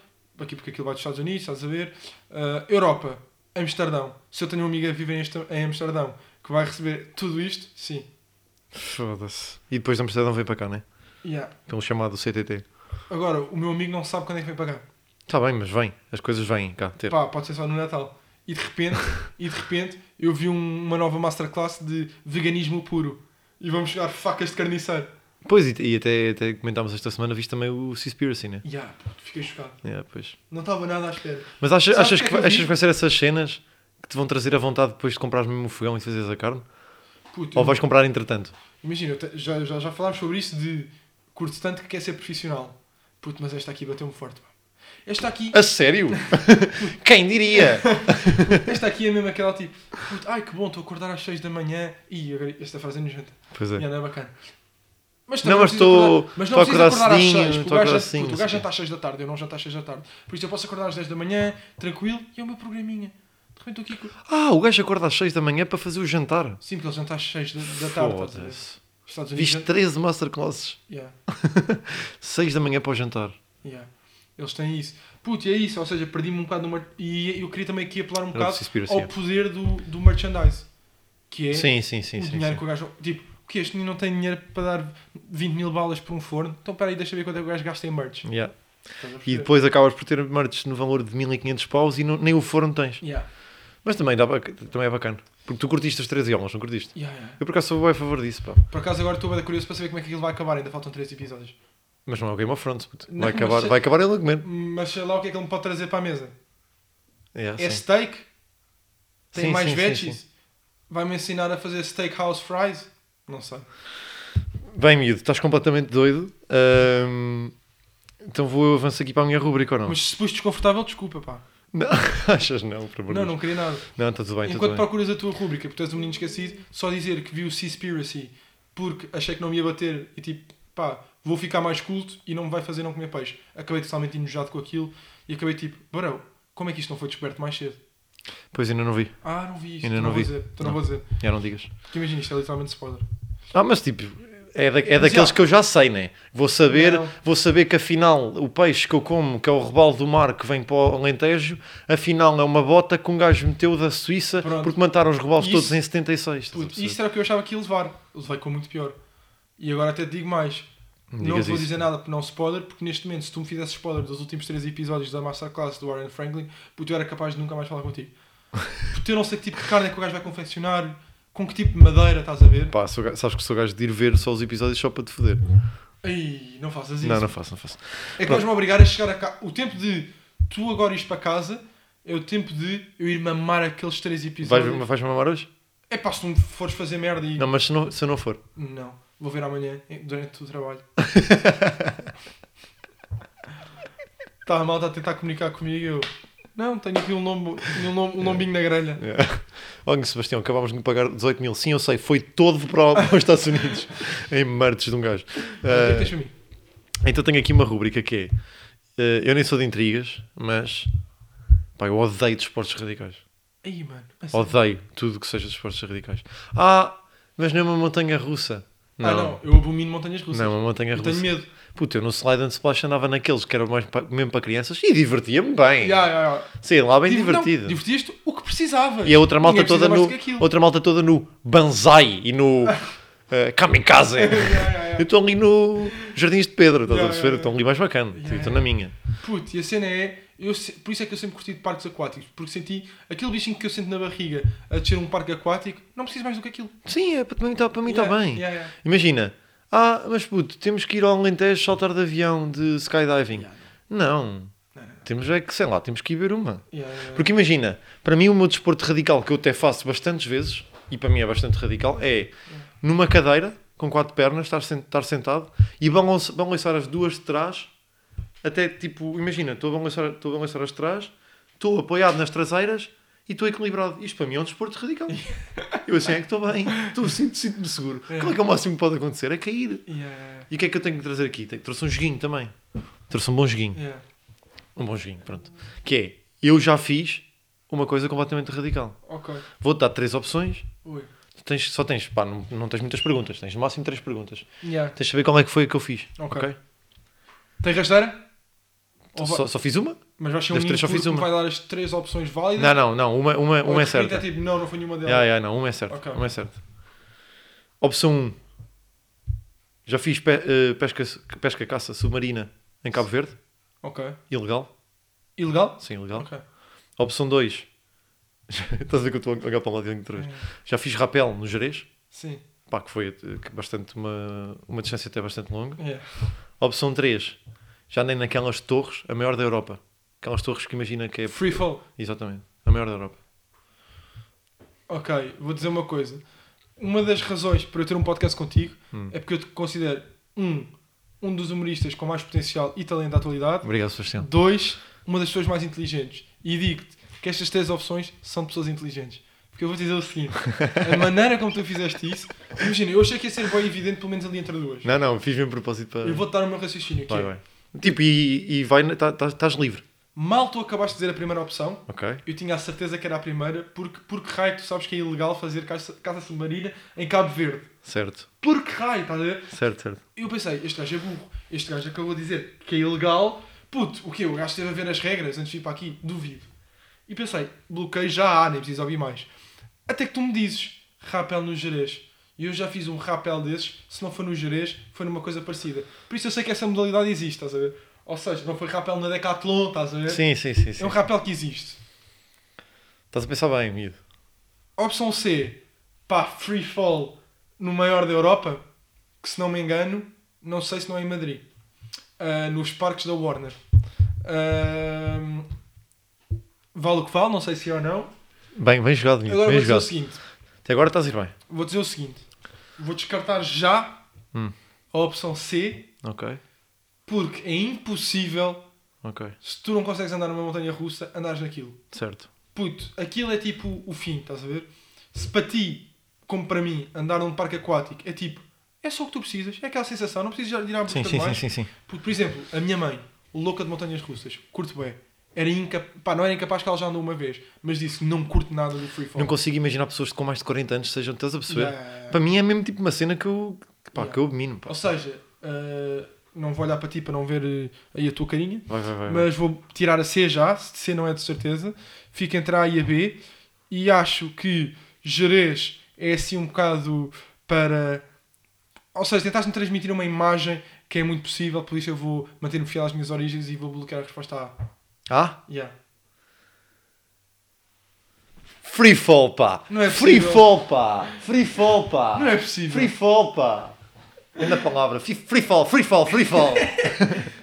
[SPEAKER 1] Aqui porque aquilo vai dos Estados Unidos, estás a ver? Ah, Europa, Amsterdão. Se eu tenho uma amiga a viver em Amster- em Amsterdão que vai receber tudo isto, sim.
[SPEAKER 2] Foda-se. E depois da Amsterdão veio para cá, né?
[SPEAKER 1] Yeah.
[SPEAKER 2] Pelo chamado CTT.
[SPEAKER 1] Agora, o meu amigo não sabe quando é que vem pagar.
[SPEAKER 2] Está Tá bem, mas vem. As coisas vêm cá. Ter.
[SPEAKER 1] Pá, pode ser só no Natal. E de repente, e de repente, eu vi um- uma nova masterclass de veganismo puro. E vamos chegar facas de carniceiro.
[SPEAKER 2] Pois, e, e até, até comentámos esta semana, viste também o Seaspiracy, né?
[SPEAKER 1] Yeah, puto, fiquei chocado.
[SPEAKER 2] Yeah, pois.
[SPEAKER 1] Não estava nada à espera.
[SPEAKER 2] Mas achas,
[SPEAKER 1] Sabes
[SPEAKER 2] achas,
[SPEAKER 1] o que é
[SPEAKER 2] que,
[SPEAKER 1] que eu
[SPEAKER 2] achas
[SPEAKER 1] vi?
[SPEAKER 2] que vai ser essas cenas que te vão trazer a vontade depois de comprares mesmo o fogão e de fazeres a carne?
[SPEAKER 1] Hum. Puto,
[SPEAKER 2] Ou vais comprar entretanto?
[SPEAKER 1] Imagina, eu te- já, já, já falámos sobre isso de curto tanto que quer ser profissional. Puto, mas esta aqui bateu-me forte. pá. Esta aqui,
[SPEAKER 2] A sério? Quem diria?
[SPEAKER 1] esta aqui é mesmo aquela tipo, puto, ai que bom, estou a acordar às 6 da manhã e agora esta frase é nojenta.
[SPEAKER 2] Pois é.
[SPEAKER 1] Yeah, não é bacana. Mas
[SPEAKER 2] Não,
[SPEAKER 1] também
[SPEAKER 2] mas
[SPEAKER 1] preciso
[SPEAKER 2] estou-
[SPEAKER 1] acordar- mas não
[SPEAKER 2] estou a
[SPEAKER 1] preciso
[SPEAKER 2] acordar
[SPEAKER 1] acordar às
[SPEAKER 2] cedinho,
[SPEAKER 1] 6, porque
[SPEAKER 2] estou
[SPEAKER 1] o
[SPEAKER 2] a
[SPEAKER 1] gajo,
[SPEAKER 2] acordar
[SPEAKER 1] já- puto,
[SPEAKER 2] cedinho,
[SPEAKER 1] o gajo já
[SPEAKER 2] sim.
[SPEAKER 1] está às 6 da tarde, eu não janto às 6 da tarde. Por isso eu posso acordar às 10 da manhã, tranquilo, e é o meu programinha. De repente estou aqui com...
[SPEAKER 2] Ah, o gajo acorda às 6 da manhã para fazer o jantar.
[SPEAKER 1] Sim, porque ele janta às 6 da, da tarde. estás a ver?
[SPEAKER 2] Foda-se.
[SPEAKER 1] Estados Unidos.
[SPEAKER 2] Viste 13 masterclasses.
[SPEAKER 1] Yeah.
[SPEAKER 2] 6 da manhã para o jantar.
[SPEAKER 1] Yeah. Eles têm isso. Puto, e é isso, ou seja, perdi-me um bocado no mer- E eu queria também aqui apelar um
[SPEAKER 2] Era
[SPEAKER 1] bocado
[SPEAKER 2] do Seaspiracy,
[SPEAKER 1] ao
[SPEAKER 2] é.
[SPEAKER 1] poder do, do merchandise. Que é
[SPEAKER 2] Sim, sim, sim.
[SPEAKER 1] o
[SPEAKER 2] sim,
[SPEAKER 1] dinheiro
[SPEAKER 2] sim.
[SPEAKER 1] que o gajo. Tipo, o que este menino não tem dinheiro para dar 20 mil balas para um forno? Então peraí, deixa eu ver quanto é que o gajo gasta em merch.
[SPEAKER 2] Yeah.
[SPEAKER 1] Estás a
[SPEAKER 2] Hum. E
[SPEAKER 1] perceber?
[SPEAKER 2] depois acabas por ter merch no valor de 1500 paus e não- nem o forno tens.
[SPEAKER 1] Yeah.
[SPEAKER 2] Mas também, dá, ba- também é bacana. Porque tu curtiste as 13 aulas, não curtiste?
[SPEAKER 1] Yeah, yeah.
[SPEAKER 2] Eu por acaso sou bem a favor disso, pá.
[SPEAKER 1] Por acaso agora estou bem curioso para saber como é que aquilo vai acabar, ainda faltam 3 episódios.
[SPEAKER 2] Mas não é o Game of Thrones. puto.
[SPEAKER 1] Não,
[SPEAKER 2] Vai acabar,
[SPEAKER 1] mas- é-
[SPEAKER 2] vai acabar ele a comer.
[SPEAKER 1] Mas sei lá o que é que ele me pode trazer para a mesa.
[SPEAKER 2] Yeah,
[SPEAKER 1] É
[SPEAKER 2] sim.
[SPEAKER 1] steak? Tem
[SPEAKER 2] Sim,
[SPEAKER 1] mais
[SPEAKER 2] sim, sim,
[SPEAKER 1] veggies? Vai-me ensinar a fazer steakhouse fries? Não sei.
[SPEAKER 2] Bem, miúdo, estás completamente doido. Ahm, Então vou eu avançar aqui para a minha rubrica ou não?
[SPEAKER 1] Mas se foste desconfortável, desculpa, pá.
[SPEAKER 2] Não, achas não, por
[SPEAKER 1] Não,
[SPEAKER 2] amor de Deus.
[SPEAKER 1] não queria nada.
[SPEAKER 2] Não, está tudo bem, está
[SPEAKER 1] Enquanto
[SPEAKER 2] tudo bem.
[SPEAKER 1] procuras a tua rubrica, porque tu és um menino esquecido, só dizer que vi o Seaspiracy porque achei que não me ia bater e tipo, pá, vou ficar mais culto e não me vai fazer não comer peixe. Acabei totalmente enojado com aquilo e acabei tipo, barão, Como é que isto não foi descoberto mais cedo?
[SPEAKER 2] Pois ainda não vi.
[SPEAKER 1] Ah, não vi isto.
[SPEAKER 2] Ainda
[SPEAKER 1] tu
[SPEAKER 2] não
[SPEAKER 1] vou
[SPEAKER 2] vi.
[SPEAKER 1] dizer, tu não,
[SPEAKER 2] Não.
[SPEAKER 1] vou dizer.
[SPEAKER 2] Já não digas.
[SPEAKER 1] Porque imagina, isto é literalmente spoiler.
[SPEAKER 2] Ah, mas tipo, é, da- é
[SPEAKER 1] Mas
[SPEAKER 2] daqueles
[SPEAKER 1] já.
[SPEAKER 2] que eu já sei, né? Vou saber,
[SPEAKER 1] Não.
[SPEAKER 2] vou saber que afinal o peixe que eu como, que é o robalo do mar que vem para o Alentejo, afinal é uma bota que um gajo meteu da Suíça
[SPEAKER 1] Pronto.
[SPEAKER 2] porque mataram os robalos
[SPEAKER 1] Isso-
[SPEAKER 2] todos em 76. estás a
[SPEAKER 1] Puto,
[SPEAKER 2] perceber?
[SPEAKER 1] isso era o que eu achava que ia levar. Levei com muito pior. E agora até te digo mais.
[SPEAKER 2] Não
[SPEAKER 1] não
[SPEAKER 2] digas
[SPEAKER 1] vou
[SPEAKER 2] isso.
[SPEAKER 1] dizer nada por não spoiler, porque neste momento, se tu me fizesse spoiler dos últimos três episódios da Masterclass do Warren Franklin, puto, eu era capaz de nunca mais falar contigo. Porque eu não sei que tipo de carne é que o gajo vai confeccionar, com que tipo de madeira estás a ver.
[SPEAKER 2] Pá, sou ga- sabes que sou gajo de ir ver só os episódios só para te foder.
[SPEAKER 1] Ai, não faças isso.
[SPEAKER 2] Não, não faço, não faço.
[SPEAKER 1] É que vais-me obrigar a chegar a casa. O tempo de tu agora ires para casa é o tempo de eu ir mamar aqueles três
[SPEAKER 2] Vais,
[SPEAKER 1] episódios.
[SPEAKER 2] vais mamar hoje?
[SPEAKER 1] É pá, se tu me fores fazer merda e.
[SPEAKER 2] Não, mas se não, se eu não for.
[SPEAKER 1] Não, vou ver amanhã, em- durante o trabalho. Está Tá, a malta a tentar comunicar comigo. Eu... Não, tenho aqui um, lombo, tenho um, lombo, um lombinho na grelha.
[SPEAKER 2] Yeah. Olha, Sebastião, acabámos de pagar 18 mil. Sim, eu sei, foi todo para, o- para os Estados Unidos em martes de um gajo.
[SPEAKER 1] Olha, o que é que
[SPEAKER 2] Ah,
[SPEAKER 1] tens para mim?
[SPEAKER 2] Então tenho aqui uma rubrica que é. eh, eu nem sou de intrigas, mas. Pá, eu odeio desportos radicais.
[SPEAKER 1] Aí, mano. a sério?
[SPEAKER 2] Odeio tudo que seja desportos radicais. Ah, mas não é uma montanha russa. Não,
[SPEAKER 1] Ah, não, eu abomino montanhas russas.
[SPEAKER 2] não é uma montanha
[SPEAKER 1] eu
[SPEAKER 2] russa.
[SPEAKER 1] tenho medo.
[SPEAKER 2] Puta, eu no Slide and Splash andava naqueles que eram mais pa- mesmo para crianças e divertia-me bem.
[SPEAKER 1] Ya, ya, ya.
[SPEAKER 2] Sim, lá É bem
[SPEAKER 1] Div- Tipo, não,
[SPEAKER 2] divertido.
[SPEAKER 1] Divertiste o que precisavas.
[SPEAKER 2] E a outra malta,
[SPEAKER 1] Ninguém precisa
[SPEAKER 2] toda
[SPEAKER 1] mais
[SPEAKER 2] no,
[SPEAKER 1] do que aquilo.
[SPEAKER 2] outra malta toda no Banzai e no eh, Kamikaze.
[SPEAKER 1] Ya, ya, ya.
[SPEAKER 2] Eu estou ali no Jardins de Pedro, estás
[SPEAKER 1] Ya,
[SPEAKER 2] a perceber?
[SPEAKER 1] ya, ya.
[SPEAKER 2] Estou ali mais bacana,
[SPEAKER 1] Ya,
[SPEAKER 2] estou
[SPEAKER 1] ya.
[SPEAKER 2] na minha.
[SPEAKER 1] Puto, e a cena é. Eu, se- por isso é que eu sempre curti de parques aquáticos, porque senti aquele bichinho que eu sinto na barriga a descer um parque aquático, não preciso mais do que aquilo.
[SPEAKER 2] Sim, é, para mim está
[SPEAKER 1] Yeah,
[SPEAKER 2] bem.
[SPEAKER 1] yeah, yeah.
[SPEAKER 2] Imagina, ah, mas puto, temos que ir ao Alentejo saltar de avião de skydiving.
[SPEAKER 1] Yeah,
[SPEAKER 2] Não. Temos é que, sei lá, temos que ir ver uma.
[SPEAKER 1] Yeah, yeah, yeah.
[SPEAKER 2] Porque imagina, para mim o meu desporto radical que eu até faço bastantes vezes, e para mim é bastante radical, é numa cadeira com quatro pernas, estar, sen- estar sentado e balanço- balançar as duas de trás, até tipo, imagina, estou a balançar, estou a balançar as de trás, estou apoiado nas traseiras e estou equilibrado. Isto para mim é um desporto radical. Eu assim é que estou bem, estou, sinto- sinto-me seguro. Qual é que é o máximo que pode acontecer? É cair.
[SPEAKER 1] Yeah,
[SPEAKER 2] E o que é que eu tenho que trazer aqui? Tenho- Trouxe um joguinho também. Trouxe um bom joguinho.
[SPEAKER 1] yeah.
[SPEAKER 2] Um bom joguinho, pronto. Que é, eu já fiz uma coisa completamente radical.
[SPEAKER 1] Ok.
[SPEAKER 2] Vou-te dar três opções.
[SPEAKER 1] Ui.
[SPEAKER 2] Tu Tens, só tens, pá, não, não tens muitas perguntas. Tens no máximo três perguntas.
[SPEAKER 1] Yeah.
[SPEAKER 2] Tens de saber qual é que foi que eu fiz.
[SPEAKER 1] Ok.
[SPEAKER 2] Ok.
[SPEAKER 1] Tem rasteira? Ou vai-
[SPEAKER 2] Só, só fiz uma?
[SPEAKER 1] Mas vais ser um
[SPEAKER 2] das três só
[SPEAKER 1] ninho
[SPEAKER 2] fiz
[SPEAKER 1] que
[SPEAKER 2] uma.
[SPEAKER 1] vai dar as três opções válidas?
[SPEAKER 2] Não, não, não. Uma, uma,
[SPEAKER 1] Ou
[SPEAKER 2] uma é
[SPEAKER 1] de repente
[SPEAKER 2] certa.
[SPEAKER 1] tipo, não, não foi nenhuma delas.
[SPEAKER 2] Yeah, yeah, não, uma é certa.
[SPEAKER 1] Ok.
[SPEAKER 2] Uma é certa. Opção 1. Já fiz pe- eh, pesca, pesca-caça submarina em Cabo Verde.
[SPEAKER 1] Ok.
[SPEAKER 2] Ilegal.
[SPEAKER 1] Ilegal?
[SPEAKER 2] Sim, ilegal.
[SPEAKER 1] Ok.
[SPEAKER 2] Opção 2. Estás a ver que eu estou a olhar para o lado e outra vez. Já fiz rapel no Jerez.
[SPEAKER 1] Sim.
[SPEAKER 2] Pá, que foi eh, que bastante uma, uma distância até bastante longa.
[SPEAKER 1] Yeah.
[SPEAKER 2] Opção 3. Já andei naquelas torres, a maior da Europa. Aquelas torres que imagina que é.
[SPEAKER 1] Free fall.
[SPEAKER 2] Exatamente. A maior da Europa.
[SPEAKER 1] Ok, vou dizer uma coisa. Uma das razões para eu ter um podcast contigo
[SPEAKER 2] Hum.
[SPEAKER 1] é porque eu te considero, um, um dos humoristas com mais potencial e talento da atualidade.
[SPEAKER 2] Obrigado, Sebastião.
[SPEAKER 1] Dois, uma das pessoas mais inteligentes. E digo-te que estas três opções são de pessoas inteligentes. Porque eu vou te dizer o seguinte: a maneira como tu fizeste isso, imagina, eu achei que ia ser bem evidente, pelo menos ali entre duas.
[SPEAKER 2] Não, não, fiz mesmo propósito para.
[SPEAKER 1] Eu vou-te dar o meu raciocínio. Que
[SPEAKER 2] Vai,
[SPEAKER 1] é,
[SPEAKER 2] vai. Tipo, e, e vai. tá, Estás livre.
[SPEAKER 1] mal tu acabaste de dizer a primeira opção,
[SPEAKER 2] Ok.
[SPEAKER 1] Eu tinha a certeza que era a primeira, porque, porque raio tu sabes que é ilegal fazer caça, caça submarina em Cabo Verde.
[SPEAKER 2] Certo.
[SPEAKER 1] Porque raio, estás a ver?
[SPEAKER 2] Certo, certo.
[SPEAKER 1] Eu pensei, este gajo é burro, este gajo acabou de dizer que é ilegal. Puto, o quê? O gajo esteve a ver as regras antes de ir para aqui? Duvido. E pensei, bloqueio já há, nem preciso ouvir mais. Até que tu me dizes, rapel no Jerez. E eu já fiz um rapel desses, se não for no Jerez, foi numa coisa parecida. Por isso eu sei que essa modalidade existe, estás a ver? Ou seja, não foi rapel na Decathlon, estás a ver?
[SPEAKER 2] Sim, sim, sim. sim.
[SPEAKER 1] É um rapel que existe.
[SPEAKER 2] Estás a pensar bem, miúdo.
[SPEAKER 1] Opção C, pá, free fall no maior da Europa, que se não me engano, não sei se não é em Madrid, Ah, nos parques da Warner. Ahm, vale o que vale, não sei se é ou não.
[SPEAKER 2] Bem, bem jogado, miúdo.
[SPEAKER 1] Agora
[SPEAKER 2] bem
[SPEAKER 1] vou dizer o
[SPEAKER 2] jogado.
[SPEAKER 1] seguinte,
[SPEAKER 2] Até agora estás a ir bem.
[SPEAKER 1] vou dizer o seguinte, vou descartar já
[SPEAKER 2] Hum.
[SPEAKER 1] a opção C,
[SPEAKER 2] Ok.
[SPEAKER 1] porque é impossível,
[SPEAKER 2] Ok.
[SPEAKER 1] se tu não consegues andar numa montanha russa, andares naquilo.
[SPEAKER 2] Certo.
[SPEAKER 1] Puto, aquilo é tipo o fim, estás a ver? Se para ti, como para mim, andar num parque aquático é tipo, é só o que tu precisas, é aquela sensação, não precisas de ir à busca
[SPEAKER 2] Sim,
[SPEAKER 1] de
[SPEAKER 2] sim, sim,
[SPEAKER 1] mais.
[SPEAKER 2] sim, sim.
[SPEAKER 1] Puto, por exemplo, a minha mãe, louca de montanhas russas, curto bem, Era incap... pá, não era incapaz que ela já andou uma vez, mas disse não curto nada do free fall.
[SPEAKER 2] Não consigo imaginar pessoas com mais de 40 anos sejam, estás a perceber?
[SPEAKER 1] Yeah, yeah, yeah.
[SPEAKER 2] Para mim é mesmo tipo uma cena que eu, que, pá,
[SPEAKER 1] Yeah.
[SPEAKER 2] que eu domino. Pá.
[SPEAKER 1] Ou seja, eh, não vou olhar para ti para não ver eh, aí a tua carinha,
[SPEAKER 2] Vai, vai, vai. vai.
[SPEAKER 1] mas vou tirar a C já, se C não é de certeza. Fica entre A e a B. E acho que Jerez é assim um bocado para. Ou seja, tentaste-me transmitir uma imagem que é muito possível, por isso eu vou manter-me fiel às minhas origens e vou bloquear a resposta A.
[SPEAKER 2] Ah?
[SPEAKER 1] Yeah.
[SPEAKER 2] Free fall, pá!
[SPEAKER 1] Não é
[SPEAKER 2] free
[SPEAKER 1] possível.
[SPEAKER 2] fall, pá! Free fall, pá!
[SPEAKER 1] Não é possível.
[SPEAKER 2] Free fall, pá! Ainda a palavra. Free, free fall, free fall, free fall!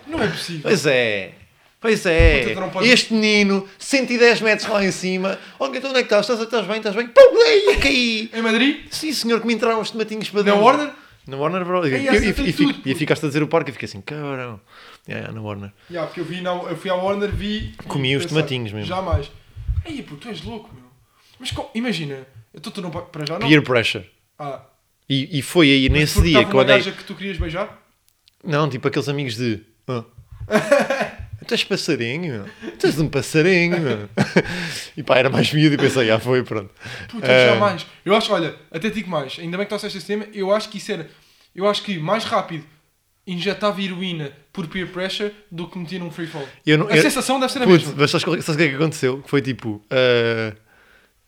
[SPEAKER 1] Não é possível.
[SPEAKER 2] Pois é. Pois é.
[SPEAKER 1] Puta, tu não podes-
[SPEAKER 2] Este menino, 110 metros lá em cima. Olha, então onde é que estás? Estás, estás bem? Estás bem? Pum! Ei, eu caí!
[SPEAKER 1] Em Madrid?
[SPEAKER 2] Sim, senhor, que me entraram os tomatinhos para
[SPEAKER 1] Na
[SPEAKER 2] dentro.
[SPEAKER 1] Warner?
[SPEAKER 2] Na Warner, bro. E,
[SPEAKER 1] Ei,
[SPEAKER 2] e,
[SPEAKER 1] acertei
[SPEAKER 2] e- e
[SPEAKER 1] tudo,
[SPEAKER 2] fico- e ficaste a dizer o parque e fiquei assim, cabrão. É, é, na Warner.
[SPEAKER 1] Yeah, porque eu, vi na, eu fui à Warner, vi. e
[SPEAKER 2] Comi os
[SPEAKER 1] pensei,
[SPEAKER 2] tomatinhos mesmo.
[SPEAKER 1] Jamais. Aí, pô, tu és louco, meu. Mas co- imagina, eu estou não para já não.
[SPEAKER 2] Peer pressure.
[SPEAKER 1] Ah,
[SPEAKER 2] E, e foi aí
[SPEAKER 1] mas
[SPEAKER 2] nesse
[SPEAKER 1] porque
[SPEAKER 2] dia
[SPEAKER 1] estava
[SPEAKER 2] que eu
[SPEAKER 1] uma
[SPEAKER 2] andei.
[SPEAKER 1] gaja que tu querias beijar?
[SPEAKER 2] Não, tipo aqueles amigos de. "Ah, Tu és passarinho, meu. Tu és um passarinho, meu. E pá, era mais miúdo e pensei, ah, foi, pronto.
[SPEAKER 1] Puta, é
[SPEAKER 2] Ah,
[SPEAKER 1] jamais. Eu acho, olha, até digo mais, ainda bem que trouxeste esse tema, eu acho que isso era, eu acho que mais rápido injetava heroína por peer pressure do que metia num free fall.
[SPEAKER 2] eu não-
[SPEAKER 1] a
[SPEAKER 2] eu-
[SPEAKER 1] sensação deve ser a
[SPEAKER 2] Putz,
[SPEAKER 1] mesma.
[SPEAKER 2] mas sabes, qual- sabes o que é que aconteceu? Que foi tipo. ah,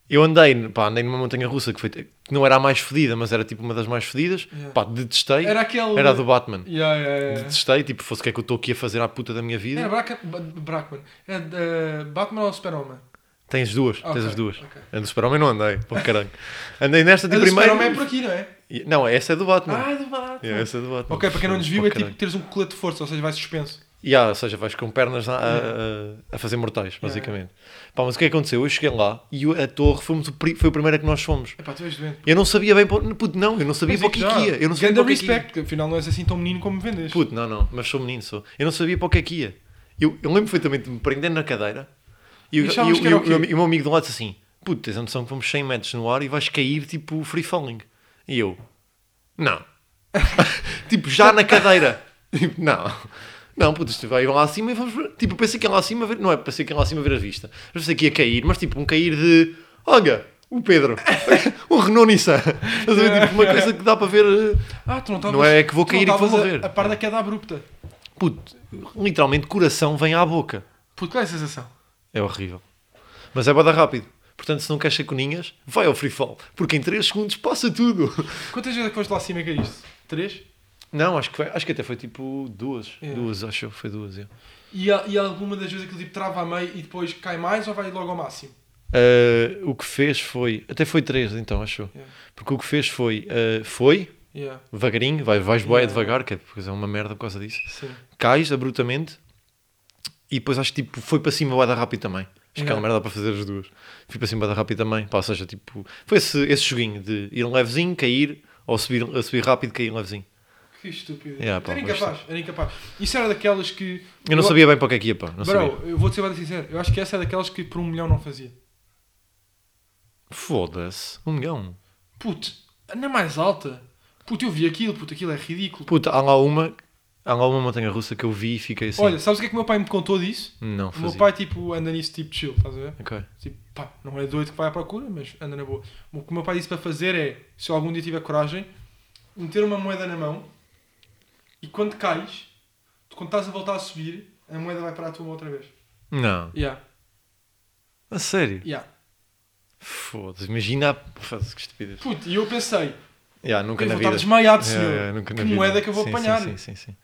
[SPEAKER 2] eu andei, pá, andei numa montanha russa que, foi, que não era a mais fedida, mas era tipo uma das mais fedidas.
[SPEAKER 1] Yeah.
[SPEAKER 2] Pá, detestei.
[SPEAKER 1] É. Era aquele...
[SPEAKER 2] Era a do Batman.
[SPEAKER 1] Yeah, yeah, yeah.
[SPEAKER 2] Detestei, tipo, fosse o que é que eu estou aqui a fazer à puta da minha vida.
[SPEAKER 1] Era Braca... Ba- Brackman. Era eh, Batman ou Super-Homem?
[SPEAKER 2] Tens as duas,
[SPEAKER 1] Ah,
[SPEAKER 2] tens
[SPEAKER 1] ok,
[SPEAKER 2] as duas.
[SPEAKER 1] ok.
[SPEAKER 2] A do Super-Homem não andei, pô, caralho. Andei nesta de
[SPEAKER 1] A do
[SPEAKER 2] primeiro.
[SPEAKER 1] Super-Homem é por aqui, não é?
[SPEAKER 2] E- Não, essa é do Batman.
[SPEAKER 1] Ah, do Batman.
[SPEAKER 2] Yeah, essa é do Batman.
[SPEAKER 1] Ok, para quem não nos viu,
[SPEAKER 2] Pô,
[SPEAKER 1] é
[SPEAKER 2] caralho.
[SPEAKER 1] tipo teres um colete de força, ou seja, vai suspenso.
[SPEAKER 2] Yeah, ou seja, vais com pernas a, a- a fazer mortais, basicamente. Pá, mas o que é que aconteceu? Eu cheguei lá e o- a torre foi, muito pri- foi a primeira que nós fomos.
[SPEAKER 1] Epá, tu és doente.
[SPEAKER 2] Eu não sabia bem para onde- puto, não, eu não
[SPEAKER 1] Mas
[SPEAKER 2] sabia para o
[SPEAKER 1] é
[SPEAKER 2] que,
[SPEAKER 1] já.
[SPEAKER 2] é que ia. Eu não sabia
[SPEAKER 1] Ganda
[SPEAKER 2] para o que é que ia.
[SPEAKER 1] respect, que afinal não és assim tão menino como me vendes.
[SPEAKER 2] Puto, não, não, mas sou menino, sou. Eu não sabia para o que é que ia. Eu, eu lembro perfeitamente de me prender na cadeira e, o-
[SPEAKER 1] E achavas
[SPEAKER 2] e o-
[SPEAKER 1] que era
[SPEAKER 2] e o-
[SPEAKER 1] o quê?
[SPEAKER 2] e o meu amigo de um lado disse assim: Puto, tens a noção que vamos 100 metros no ar e vais cair tipo free falling. E eu, não. tipo, já na cadeira. Tipo, não. Não, puto, isto vai lá acima e vamos. ver- Tipo, eu pensei que ia lá acima ver. Não é, pensei que ia lá acima ver a vista. Mas pensei que ia cair, mas tipo, um cair de. Olha, o Pedro. o Renault Nissan. Estás a ver? Tipo, uma coisa que dá para ver. eh,
[SPEAKER 1] Ah, tu não estavas...
[SPEAKER 2] Não é que vou
[SPEAKER 1] tu não
[SPEAKER 2] cair e que vou
[SPEAKER 1] estavas a-
[SPEAKER 2] morrer.
[SPEAKER 1] A par da queda abrupta.
[SPEAKER 2] Puto, literalmente coração vem à boca.
[SPEAKER 1] Puto, qual é a sensação?
[SPEAKER 2] É horrível. Mas é bada rápido. Portanto, se não queres saconinhas, vai ao free fall. Porque em 3 segundos passa tudo.
[SPEAKER 1] Quantas vezes é que foste lá acima e caíste? Três?
[SPEAKER 2] Não, acho que, foi- acho que até foi tipo duas.
[SPEAKER 1] É.
[SPEAKER 2] Duas, acho que foi duas. é.
[SPEAKER 1] E, há- e há alguma das vezes aquilo tipo trava a meio e depois cai mais ou vai logo ao máximo?
[SPEAKER 2] Ah, o que fez foi. Até foi três, então, acho. eu.
[SPEAKER 1] É.
[SPEAKER 2] Porque o que fez foi. ah, foi,
[SPEAKER 1] Yeah,
[SPEAKER 2] devagarinho, vai, vais boia
[SPEAKER 1] Yeah.
[SPEAKER 2] devagar, que é, porque é uma merda por causa disso.
[SPEAKER 1] sim.
[SPEAKER 2] Cais abruptamente. E depois acho que tipo, foi para cima bada rápido também. Acho que aquela
[SPEAKER 1] Yeah.
[SPEAKER 2] merda dá para fazer as duas. Fui para cima bada rápido também. Pá, ou seja, tipo, foi esse, esse joguinho de ir um levezinho, cair, ou subir, a subir rápido, cair um levezinho.
[SPEAKER 1] Que estúpido.
[SPEAKER 2] Yeah, pá,
[SPEAKER 1] era
[SPEAKER 2] mas
[SPEAKER 1] incapaz, era incapaz. Isso era daquelas que.
[SPEAKER 2] Eu não sabia bem para o que é que ia, pá. Não sabia.
[SPEAKER 1] Bro, eu vou-te ser bem sincero. Eu acho que essa é daquelas que por um milhão não fazia.
[SPEAKER 2] Foda-se. Um milhão.
[SPEAKER 1] Puto, na mais alta. Puto, eu vi aquilo, puto, aquilo é ridículo.
[SPEAKER 2] Puta, há lá uma, há lá uma montanha russa que eu vi e fiquei assim.
[SPEAKER 1] Olha, sabes o que é que o meu pai me contou disso?
[SPEAKER 2] não
[SPEAKER 1] O meu
[SPEAKER 2] fazia.
[SPEAKER 1] pai, tipo, anda nisso tipo chill, estás a ver?
[SPEAKER 2] Ok.
[SPEAKER 1] Tipo, pá, não é doido que vai à procura, mas anda na boa. O que o meu pai disse para fazer é, se eu algum dia tiver coragem, meter uma moeda na mão e quando cais, tu quando estás a voltar a subir, a moeda vai para a tua mão outra vez.
[SPEAKER 2] Não.
[SPEAKER 1] Yeah,
[SPEAKER 2] A sério.
[SPEAKER 1] yeah.
[SPEAKER 2] Foda-se. Imagina. Foda-se, que estupidez.
[SPEAKER 1] Puto, e eu pensei,
[SPEAKER 2] Yeah, nunca
[SPEAKER 1] eu
[SPEAKER 2] na
[SPEAKER 1] vou
[SPEAKER 2] vida.
[SPEAKER 1] estar desmaiado, senhor.
[SPEAKER 2] Yeah, yeah, nunca na
[SPEAKER 1] que
[SPEAKER 2] vida.
[SPEAKER 1] moeda que eu vou
[SPEAKER 2] Sim, sim,
[SPEAKER 1] apanhar?
[SPEAKER 2] Sim, sim, sim.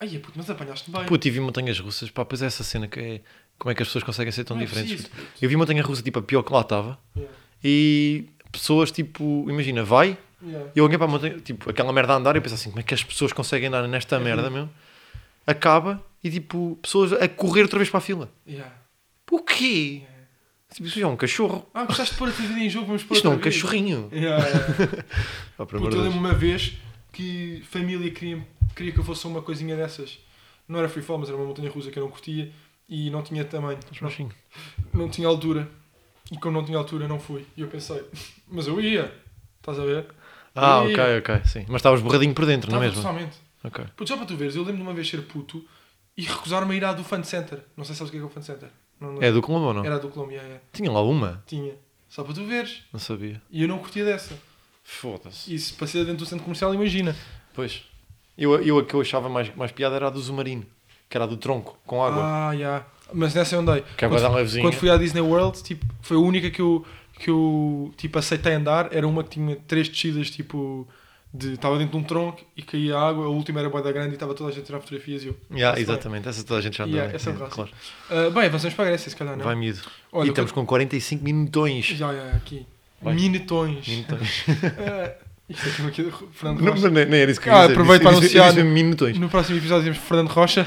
[SPEAKER 1] Ai, puto, mas apanhaste bem.
[SPEAKER 2] Puta, e vi montanhas russas. Pá, pois é essa cena que é. Como é que as pessoas conseguem ser tão
[SPEAKER 1] Não é
[SPEAKER 2] diferentes?
[SPEAKER 1] preciso,
[SPEAKER 2] puto.
[SPEAKER 1] puto.
[SPEAKER 2] eu vi montanha russa tipo a pior que lá estava
[SPEAKER 1] Yeah,
[SPEAKER 2] e pessoas tipo. Imagina, vai.
[SPEAKER 1] yeah.
[SPEAKER 2] E eu olhei para a montanha, tipo, aquela merda a andar e eu pensei assim, como é que as pessoas conseguem andar nesta
[SPEAKER 1] Uhum.
[SPEAKER 2] merda, meu? Acaba e, tipo, pessoas a correr outra vez para a fila.
[SPEAKER 1] yeah,
[SPEAKER 2] O quê?
[SPEAKER 1] yeah.
[SPEAKER 2] Tipo, isso é um cachorro.
[SPEAKER 1] Ah, gostaste de pôr a tua vida em jogo, vamos pôr
[SPEAKER 2] Isto não é um
[SPEAKER 1] outra vez.
[SPEAKER 2] cachorrinho.
[SPEAKER 1] Yeah, yeah.
[SPEAKER 2] Pá, por
[SPEAKER 1] Puta,
[SPEAKER 2] amor de
[SPEAKER 1] eu
[SPEAKER 2] Deus.
[SPEAKER 1] lembro uma vez que família queria, queria que eu fosse uma coisinha dessas. Não era freefall, mas era uma montanha russa que eu não curtia e não tinha tamanho,
[SPEAKER 2] Mas
[SPEAKER 1] não,
[SPEAKER 2] baixinho.
[SPEAKER 1] não tinha altura. E como não tinha altura, não fui. E eu pensei, mas eu ia, estás a ver?
[SPEAKER 2] Ah,
[SPEAKER 1] E-
[SPEAKER 2] ok, ok, sim. Mas estavas borradinho por dentro, não é
[SPEAKER 1] Estava
[SPEAKER 2] mesmo?
[SPEAKER 1] totalmente.
[SPEAKER 2] Ok.
[SPEAKER 1] Puto, só para tu veres, eu lembro de uma vez ser puto e recusaram-me a ir à do Fan Center. Não sei se sabes o que é, que é o Fan Center. Não, não-
[SPEAKER 2] É do Colombo ou não?
[SPEAKER 1] Era a do Colômbia, é, é.
[SPEAKER 2] Tinha lá uma.
[SPEAKER 1] Tinha. Só para tu veres.
[SPEAKER 2] Não sabia.
[SPEAKER 1] E eu não curtia dessa.
[SPEAKER 2] Foda-se.
[SPEAKER 1] E se passei dentro do centro comercial, imagina.
[SPEAKER 2] Pois. Eu, eu a que eu achava mais, mais piada era a do Zumarino, que era a do tronco, com água.
[SPEAKER 1] Ah, já. Mas nessa eu andei.
[SPEAKER 2] Que é para
[SPEAKER 1] Ah, Quando-
[SPEAKER 2] dar uma levezinha.
[SPEAKER 1] Quando fui à Disney World, tipo, foi a única que eu, que eu tipo, aceitei andar. Era uma que tinha três descidas, tipo, de estava dentro de um tronco e caía água. A última era boa da grande e estava toda a gente a tirar fotografias. E eu,
[SPEAKER 2] Yeah,
[SPEAKER 1] Essa
[SPEAKER 2] exatamente, essa toda a gente já andou.
[SPEAKER 1] Yeah,
[SPEAKER 2] né?
[SPEAKER 1] essa é o
[SPEAKER 2] Yeah,
[SPEAKER 1] raço. Ah, bem, avançamos para a Grécia, se calhar, não? é?"
[SPEAKER 2] Vai miúdo.
[SPEAKER 1] Olha,
[SPEAKER 2] e estamos com 45 minutões.
[SPEAKER 1] Já, já, aqui.
[SPEAKER 2] Vai.
[SPEAKER 1] Minetões.
[SPEAKER 2] Minutões.
[SPEAKER 1] Ah, isto é como aqui do Fernando
[SPEAKER 2] Não,
[SPEAKER 1] Rocha.
[SPEAKER 2] não, nem, nem era isso que eu
[SPEAKER 1] Ah,
[SPEAKER 2] ia dizer.
[SPEAKER 1] aproveito
[SPEAKER 2] Disse-
[SPEAKER 1] para
[SPEAKER 2] disse- eu disse
[SPEAKER 1] anunciar-
[SPEAKER 2] minutões.
[SPEAKER 1] No próximo episódio temos Fernando Rocha.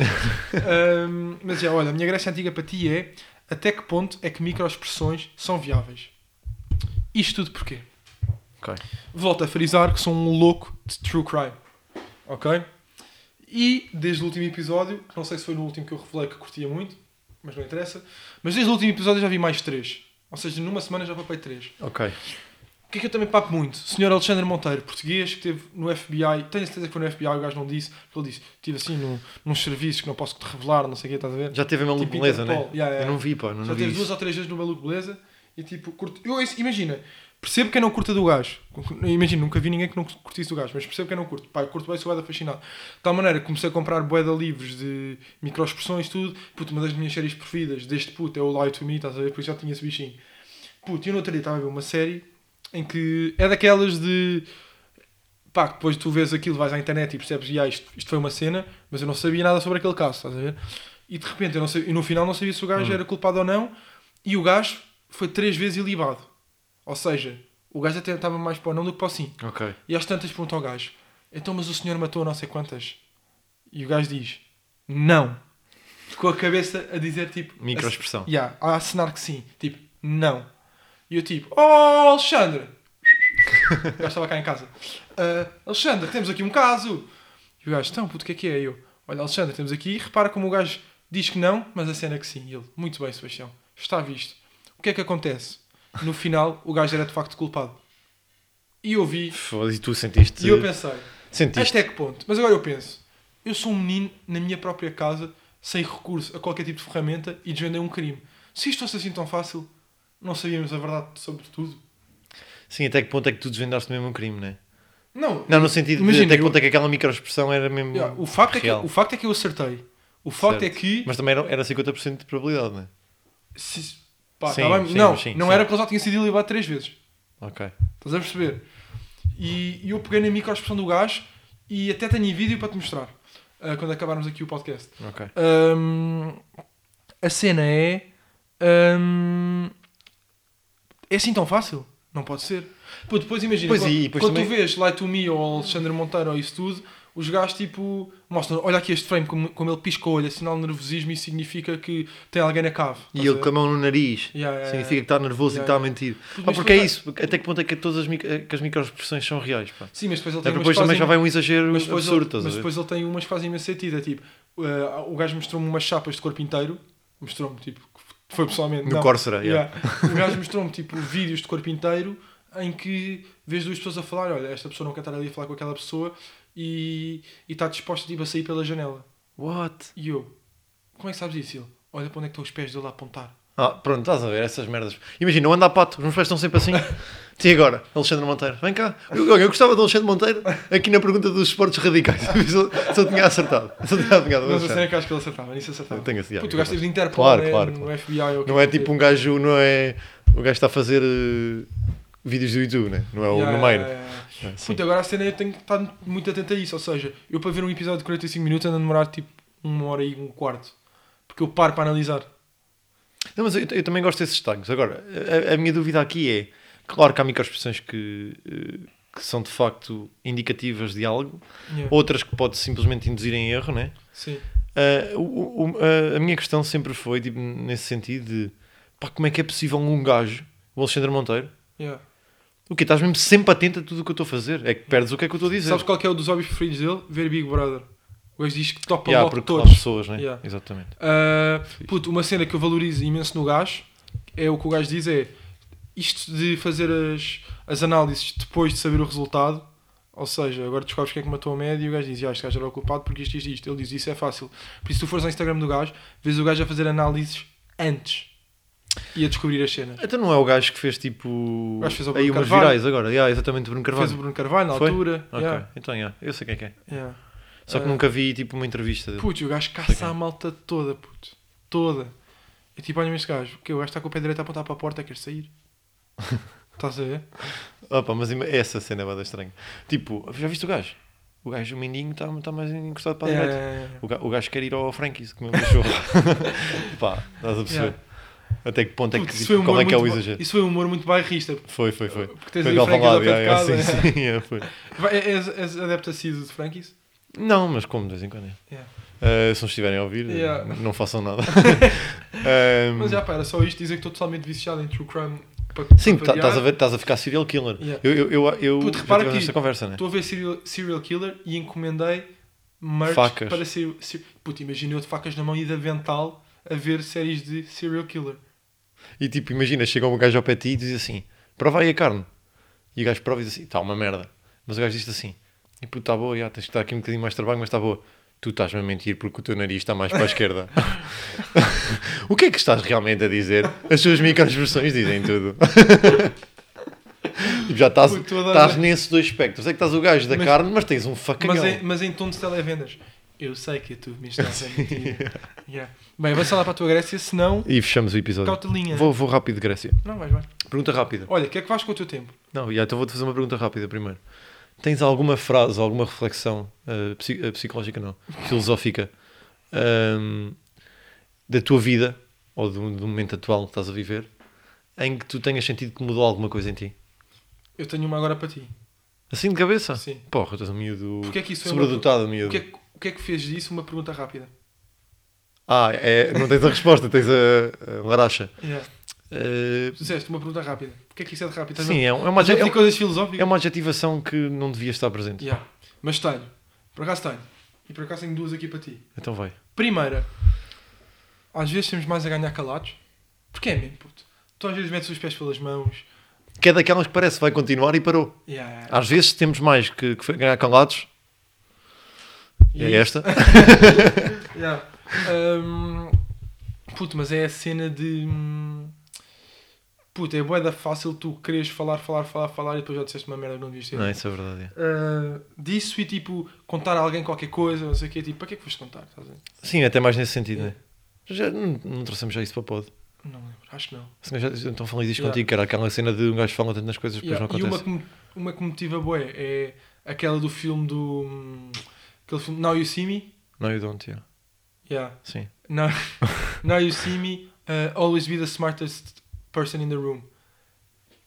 [SPEAKER 1] Ahm, mas já, olha, a minha Grécia antiga para ti é até que ponto é que microexpressões são viáveis? Isto tudo porquê?
[SPEAKER 2] Ok.
[SPEAKER 1] Volto a frisar que sou um louco de true crime. Ok? E desde o último episódio, não sei se foi no último que eu revelei que curtia muito, mas não interessa. Mas desde o último episódio já vi mais três. Ou seja, numa semana já papei três.
[SPEAKER 2] Ok.
[SPEAKER 1] O que é que eu também papo muito? Senhor Alexandre Monteiro, português, que teve no FBI, tenho a certeza que foi no FBI, o gajo não disse, porque ele disse, estive assim num, num serviço que não posso te revelar, não sei o que, estás a ver?
[SPEAKER 2] Já teve a maluco
[SPEAKER 1] Tipo
[SPEAKER 2] beleza, né?
[SPEAKER 1] Interpol. Yeah, yeah.
[SPEAKER 2] Eu não vi, pá. Não,
[SPEAKER 1] Já
[SPEAKER 2] não
[SPEAKER 1] teve
[SPEAKER 2] vi
[SPEAKER 1] duas
[SPEAKER 2] isso.
[SPEAKER 1] ou três vezes no Maluco Beleza e tipo, curto... eu, isso- imagina, percebo quem não curta do gajo. Imagina, nunca vi ninguém que não curtisse do gajo, mas percebo quem não curte. Pá, eu curto bem, sou bué da fascinado. De tal maneira que comecei a comprar bué de livros de microexpressões, tudo. Puto, uma das minhas séries preferidas deste puto é o Lie to Me, estás a ver? Porque já tinha esse bichinho. Puto, e eu no outro dia estava a ver uma série em que é daquelas de. Pá, que depois tu vês aquilo, vais à internet e percebes, "Ya, isto, isto foi uma cena, mas eu não sabia nada sobre aquele caso, estás a ver? E de repente, eu não sei, e no final não sabia se o gajo era culpado ou não, e o gajo foi três vezes ilibado. Ou seja, o gajo até estava mais para o não do que para o sim.
[SPEAKER 2] Ok.
[SPEAKER 1] E às tantas pergunta ao gajo: Então, mas o senhor matou não sei quantas? E o gajo diz: Não. Com a cabeça a dizer tipo.
[SPEAKER 2] Microexpressão.
[SPEAKER 1] a- Yeah, a assinar que sim. Tipo, não. E eu tipo: Oh, Alexandre! o gajo estava cá em casa: "Ah, Alexandre, temos aqui um caso. E o gajo: Então, puto, o que é que é? E eu: Olha, Alexandre, temos aqui. Repara como o gajo diz que não, mas acena que sim. E ele: Muito bem, Sebastião. Está visto. O que é que acontece? No final, o gajo era de facto culpado. E eu vi.
[SPEAKER 2] Foda-se, e tu sentiste.
[SPEAKER 1] E eu pensei,
[SPEAKER 2] Sentiste.
[SPEAKER 1] até que ponto? Mas agora eu penso, eu sou um menino na minha própria casa, sem recurso a qualquer tipo de ferramenta e desvendei um crime. Se isto fosse assim tão fácil, não sabíamos a verdade sobre tudo.
[SPEAKER 2] Sim, até que ponto é que tu desvendaste mesmo um crime, né?
[SPEAKER 1] Não,
[SPEAKER 2] Não, no sentido
[SPEAKER 1] Imagina,
[SPEAKER 2] de até que
[SPEAKER 1] eu-
[SPEAKER 2] ponto é que aquela microexpressão era mesmo.
[SPEAKER 1] yeah, o, facto é que,
[SPEAKER 2] real.
[SPEAKER 1] o facto é que eu acertei. O facto é
[SPEAKER 2] Certo.
[SPEAKER 1] que.
[SPEAKER 2] Mas também era, era 50% de probabilidade, né?
[SPEAKER 1] se- pá,
[SPEAKER 2] Sim,
[SPEAKER 1] tá bem,
[SPEAKER 2] sim,
[SPEAKER 1] não,
[SPEAKER 2] sim,
[SPEAKER 1] não
[SPEAKER 2] sim.
[SPEAKER 1] era porque ele já tinha sido ilibado três vezes.
[SPEAKER 2] Ok.
[SPEAKER 1] Estás a perceber? E, e eu peguei na microexpressão do gajo e até tenho em vídeo para te mostrar ah, quando acabarmos aqui o podcast.
[SPEAKER 2] Ok.
[SPEAKER 1] Hum, a cena é. hum, é assim tão fácil? Não pode ser. Pô, depois imagina,
[SPEAKER 2] Pois
[SPEAKER 1] quando,
[SPEAKER 2] e depois
[SPEAKER 1] quando tu
[SPEAKER 2] também-
[SPEAKER 1] vês Light to Me ou Alexandre Monteiro ou isso tudo, os gajos tipo mostram, olha aqui este frame, como, como ele pisca o olho, é sinal de nervosismo e significa que tem alguém na cave. Estás a
[SPEAKER 2] E ele
[SPEAKER 1] ver?
[SPEAKER 2] com a mão no nariz.
[SPEAKER 1] Yeah, yeah,
[SPEAKER 2] Significa que
[SPEAKER 1] yeah.
[SPEAKER 2] está nervoso
[SPEAKER 1] É. Yeah,
[SPEAKER 2] e está a
[SPEAKER 1] yeah.
[SPEAKER 2] mentir.
[SPEAKER 1] Tudo
[SPEAKER 2] Pá,
[SPEAKER 1] isto
[SPEAKER 2] porque é
[SPEAKER 1] não
[SPEAKER 2] isso. Até que ponto é que todas as, micro, que as microexpressões são reais, pá.
[SPEAKER 1] Sim, mas depois ele
[SPEAKER 2] É,
[SPEAKER 1] tem umas
[SPEAKER 2] depois
[SPEAKER 1] que
[SPEAKER 2] também
[SPEAKER 1] fazem-
[SPEAKER 2] já vai um exagero
[SPEAKER 1] mas depois,
[SPEAKER 2] absurdo,
[SPEAKER 1] ele,
[SPEAKER 2] estás a
[SPEAKER 1] mas
[SPEAKER 2] ver?
[SPEAKER 1] depois ele tem umas que fazem imenso sentido. É tipo, eh, o gajo mostrou-me umas chapas de corpo inteiro. Mostrou-me, tipo, que foi pessoalmente.
[SPEAKER 2] No
[SPEAKER 1] não.
[SPEAKER 2] Coursera, yeah.
[SPEAKER 1] Yeah. O gajo mostrou-me, tipo, vídeos de corpo inteiro em que vês duas pessoas a falar. Olha, esta pessoa não quer estar ali a falar com aquela pessoa e e está disposta, tipo, a sair pela janela.
[SPEAKER 2] What?
[SPEAKER 1] E eu, como é que sabes isso? Ele, olha para onde é que estão os pés dele a apontar.
[SPEAKER 2] Ah, pronto, estás a ver essas merdas. Imagina, eu ando a pato, os meus pés estão sempre assim. E agora, Alexandre Monteiro, vem cá. Eu, olha, eu gostava de Alexandre Monteiro aqui na pergunta dos esportes radicais. só, só tinha acertado. Só tinha apanhado.
[SPEAKER 1] Mas a cena
[SPEAKER 2] Alexandre.
[SPEAKER 1] é que acho que ele acertava, nisso acertava.
[SPEAKER 2] Eu tenho esse-
[SPEAKER 1] Pô,
[SPEAKER 2] yeah,
[SPEAKER 1] tu gajo
[SPEAKER 2] capaz.
[SPEAKER 1] teve de Interpol,
[SPEAKER 2] Claro,
[SPEAKER 1] né,
[SPEAKER 2] claro,
[SPEAKER 1] no
[SPEAKER 2] claro.
[SPEAKER 1] FBI. ou o que
[SPEAKER 2] Não é tipo um gajo, não é. O gajo está a fazer eh, vídeos do YouTube, né? não é o
[SPEAKER 1] Yeah,
[SPEAKER 2] número.
[SPEAKER 1] yeah, yeah.
[SPEAKER 2] É, sim.
[SPEAKER 1] Puta, agora a cena eu tenho que estar muito atento a isso. Ou seja, eu para ver um episódio de 45 minutos ando a demorar tipo uma hora e um quarto. Porque eu paro para analisar.
[SPEAKER 2] Não, mas eu, eu também gosto desses tags. Agora, a, a minha dúvida aqui é: claro que há microexpressões que, eh, que são de facto indicativas de algo,
[SPEAKER 1] Yeah.
[SPEAKER 2] outras que pode simplesmente induzir em erro, né?
[SPEAKER 1] Sim.
[SPEAKER 2] Ah, o- o- a- a minha questão sempre foi, tipo, nesse sentido de pá, como é que é possível um gajo, o Alexandre Monteiro,
[SPEAKER 1] Yeah.
[SPEAKER 2] o quê? Estás mesmo sempre atento a tudo o que eu estou a fazer? É que perdes o que é que eu estou a dizer.
[SPEAKER 1] Sabes qual que é o dos hobbies preferidos dele? Ver Big Brother. O gajo diz que topa
[SPEAKER 2] Yeah,
[SPEAKER 1] logo
[SPEAKER 2] porque
[SPEAKER 1] todos.
[SPEAKER 2] há pessoas, né?
[SPEAKER 1] Yeah.
[SPEAKER 2] Exatamente.
[SPEAKER 1] Ah, puto, uma cena que eu valorizo imenso no gajo é o que o gajo diz é isto de fazer as, as análises depois de saber o resultado Ou seja, agora descobres quem é que matou a média e o gajo diz: ah, Este gajo era o culpado porque isto, isto, isto. Ele diz: Isso é fácil. Por isso, se tu fores ao Instagram do gajo, vês o gajo a fazer análises antes e a descobrir as cenas.
[SPEAKER 2] Então não é o gajo que fez tipo. O
[SPEAKER 1] gajo fez o
[SPEAKER 2] aí
[SPEAKER 1] Bruno
[SPEAKER 2] umas
[SPEAKER 1] Carvalho.
[SPEAKER 2] virais agora. Yeah, exatamente, o Bruno Carvalho.
[SPEAKER 1] Fez o Bruno Carvalho na
[SPEAKER 2] Foi?
[SPEAKER 1] altura.
[SPEAKER 2] Ok,
[SPEAKER 1] yeah,
[SPEAKER 2] então yeah, eu sei quem é que é.
[SPEAKER 1] yeah.
[SPEAKER 2] Só que
[SPEAKER 1] Ah.
[SPEAKER 2] nunca vi tipo uma entrevista dele.
[SPEAKER 1] Puto, e o gajo
[SPEAKER 2] Sei
[SPEAKER 1] caça
[SPEAKER 2] quem.
[SPEAKER 1] a malta toda, puto. Toda. E tipo, olha-me este gajo. O quê? O gajo está com o pé direito a apontar para a porta, quer sair. Estás a ver?
[SPEAKER 2] É, Opa, mas ima- essa cena é bada estranha. Tipo, já viste o gajo? O gajo, o menino, está tá mais encostado para a direita.
[SPEAKER 1] É,
[SPEAKER 2] O, ga- o gajo quer ir ao Frankie's comer um cachorro. Pá, estás a perceber?
[SPEAKER 1] Yeah.
[SPEAKER 2] Até que ponto é
[SPEAKER 1] Puto,
[SPEAKER 2] que. Como é que é o
[SPEAKER 1] muito ba-
[SPEAKER 2] exagero?
[SPEAKER 1] Isso foi um humor muito bairrista.
[SPEAKER 2] Foi, foi, foi.
[SPEAKER 1] Porque tens
[SPEAKER 2] Foi
[SPEAKER 1] ali o Frankies ao
[SPEAKER 2] Alvalade,
[SPEAKER 1] pé de casa.
[SPEAKER 2] yeah,
[SPEAKER 1] né? é?
[SPEAKER 2] yeah, Sim, sim, yeah, foi.
[SPEAKER 1] Vai, é, És, és adepto assíduo de Frankies?
[SPEAKER 2] Não, mas como de vez em quando. é.
[SPEAKER 1] Yeah.
[SPEAKER 2] Ah, se não estiverem a ouvir,
[SPEAKER 1] Yeah.
[SPEAKER 2] não façam nada. Ah,
[SPEAKER 1] Mas já pá, era só isto dizer que estou totalmente viciado em true crime. Para,
[SPEAKER 2] Sim, tá-
[SPEAKER 1] para
[SPEAKER 2] estás a,
[SPEAKER 1] variar.
[SPEAKER 2] ver- né? tás a ficar serial killer.
[SPEAKER 1] um Yeah.
[SPEAKER 2] Eu, eu, eu, eu
[SPEAKER 1] Puto,
[SPEAKER 2] já
[SPEAKER 1] repara
[SPEAKER 2] tivemos
[SPEAKER 1] que
[SPEAKER 2] esta conversa, né?
[SPEAKER 1] Estou a ver serial, serial killer e encomendei merch
[SPEAKER 2] Facas.
[SPEAKER 1] para ser. ser puto, imagina eu de facas na mão e de avental a ver séries de serial killer.
[SPEAKER 2] E tipo, imagina, chega um gajo ao pé de ti e diz assim: prova aí a carne. E o gajo prova e diz assim: está uma merda. Mas o gajo diz assim: e puto, está boa, já, tens que estar aqui um bocadinho mais de trabalho, mas está boa. Tu estás-me a mentir porque o teu nariz está mais para a esquerda. o que é que estás realmente a dizer? As suas microexpressões dizem tudo. Tipo, já estás,
[SPEAKER 1] Puto, toda a-
[SPEAKER 2] estás nesses dois espectros. É que estás o gajo da
[SPEAKER 1] Mas-
[SPEAKER 2] carne, mas tens um fucking.
[SPEAKER 1] Mas é- em, mas em tom de televendas. Eu sei que tu me estás a mentir. Yeah. Bem, avança lá para a tua Grécia, senão.
[SPEAKER 2] E fechamos o episódio.
[SPEAKER 1] Cautelinha.
[SPEAKER 2] Vou, vou rápido, Grécia.
[SPEAKER 1] Não, vais, vai.
[SPEAKER 2] Pergunta rápida.
[SPEAKER 1] Olha, o que é que vais com o teu tempo?
[SPEAKER 2] Não, já, então vou-te fazer uma pergunta rápida primeiro. Tens alguma frase, alguma reflexão ah, psi- ah, psicológica, não, filosófica, ahm, da tua vida ou do, do momento atual que estás a viver em que tu tenhas sentido que mudou alguma coisa em ti?
[SPEAKER 1] Eu tenho uma agora para ti.
[SPEAKER 2] Assim de cabeça?
[SPEAKER 1] Sim.
[SPEAKER 2] Porra, estás um miúdo
[SPEAKER 1] Porquê é que isso foi uma-
[SPEAKER 2] sobredotado, miúdo.
[SPEAKER 1] O que, é, que- o que é que fez disso uma pergunta rápida?
[SPEAKER 2] Ah, é, não tens a resposta, tens a, a laracha.
[SPEAKER 1] Yeah.
[SPEAKER 2] Ah,
[SPEAKER 1] Tu disseste uma pergunta rápida. O que é que isso é de rápido? Estás a-
[SPEAKER 2] sim, é, um- é uma,
[SPEAKER 1] Mas
[SPEAKER 2] é,
[SPEAKER 1] já tem
[SPEAKER 2] um-
[SPEAKER 1] coisas
[SPEAKER 2] é
[SPEAKER 1] filosóficas.
[SPEAKER 2] uma adjetivação que não devia estar presente.
[SPEAKER 1] Yeah. Mas tenho. Por acaso tenho. E por acaso tenho duas aqui para ti.
[SPEAKER 2] Então vai.
[SPEAKER 1] Primeira. Às vezes temos mais a ganhar calados. Porque é mesmo, puto. Tu às vezes metes os pés pelas mãos.
[SPEAKER 2] Que é daquelas que parece que vai continuar e parou.
[SPEAKER 1] Yeah, yeah.
[SPEAKER 2] Às vezes temos mais que, que ganhar calados.
[SPEAKER 1] E
[SPEAKER 2] É
[SPEAKER 1] aí-
[SPEAKER 2] esta.
[SPEAKER 1] Yeah. Hum, puto, mas é a cena de... hum, Puto, é boeda fácil tu queres falar, falar, falar, falar e depois já disseste uma merda que não devias ter.
[SPEAKER 2] Não, isso é verdade. é.
[SPEAKER 1] Uh, disso e tipo contar a alguém qualquer coisa, não sei o quê, tipo, para que é que foste contar? Estás a ver?
[SPEAKER 2] Sim, até mais nesse sentido, né? Já não, não trouxemos já isso para o pod.
[SPEAKER 1] Não lembro, acho que não.
[SPEAKER 2] Se não já- Então falei disto
[SPEAKER 1] Yeah.
[SPEAKER 2] contigo, que era aquela cena de um gajo fala tanto nas coisas, depois
[SPEAKER 1] Yeah,
[SPEAKER 2] não
[SPEAKER 1] E uma
[SPEAKER 2] acontece.
[SPEAKER 1] que, me- uma que me motiva boé é aquela do filme do. hum, Aquele filme Now You See Me.
[SPEAKER 2] Não, eu don't, yeah.
[SPEAKER 1] Yeah.
[SPEAKER 2] Sim.
[SPEAKER 1] Now, Now You See Me, uh, always be the smartest person in the room.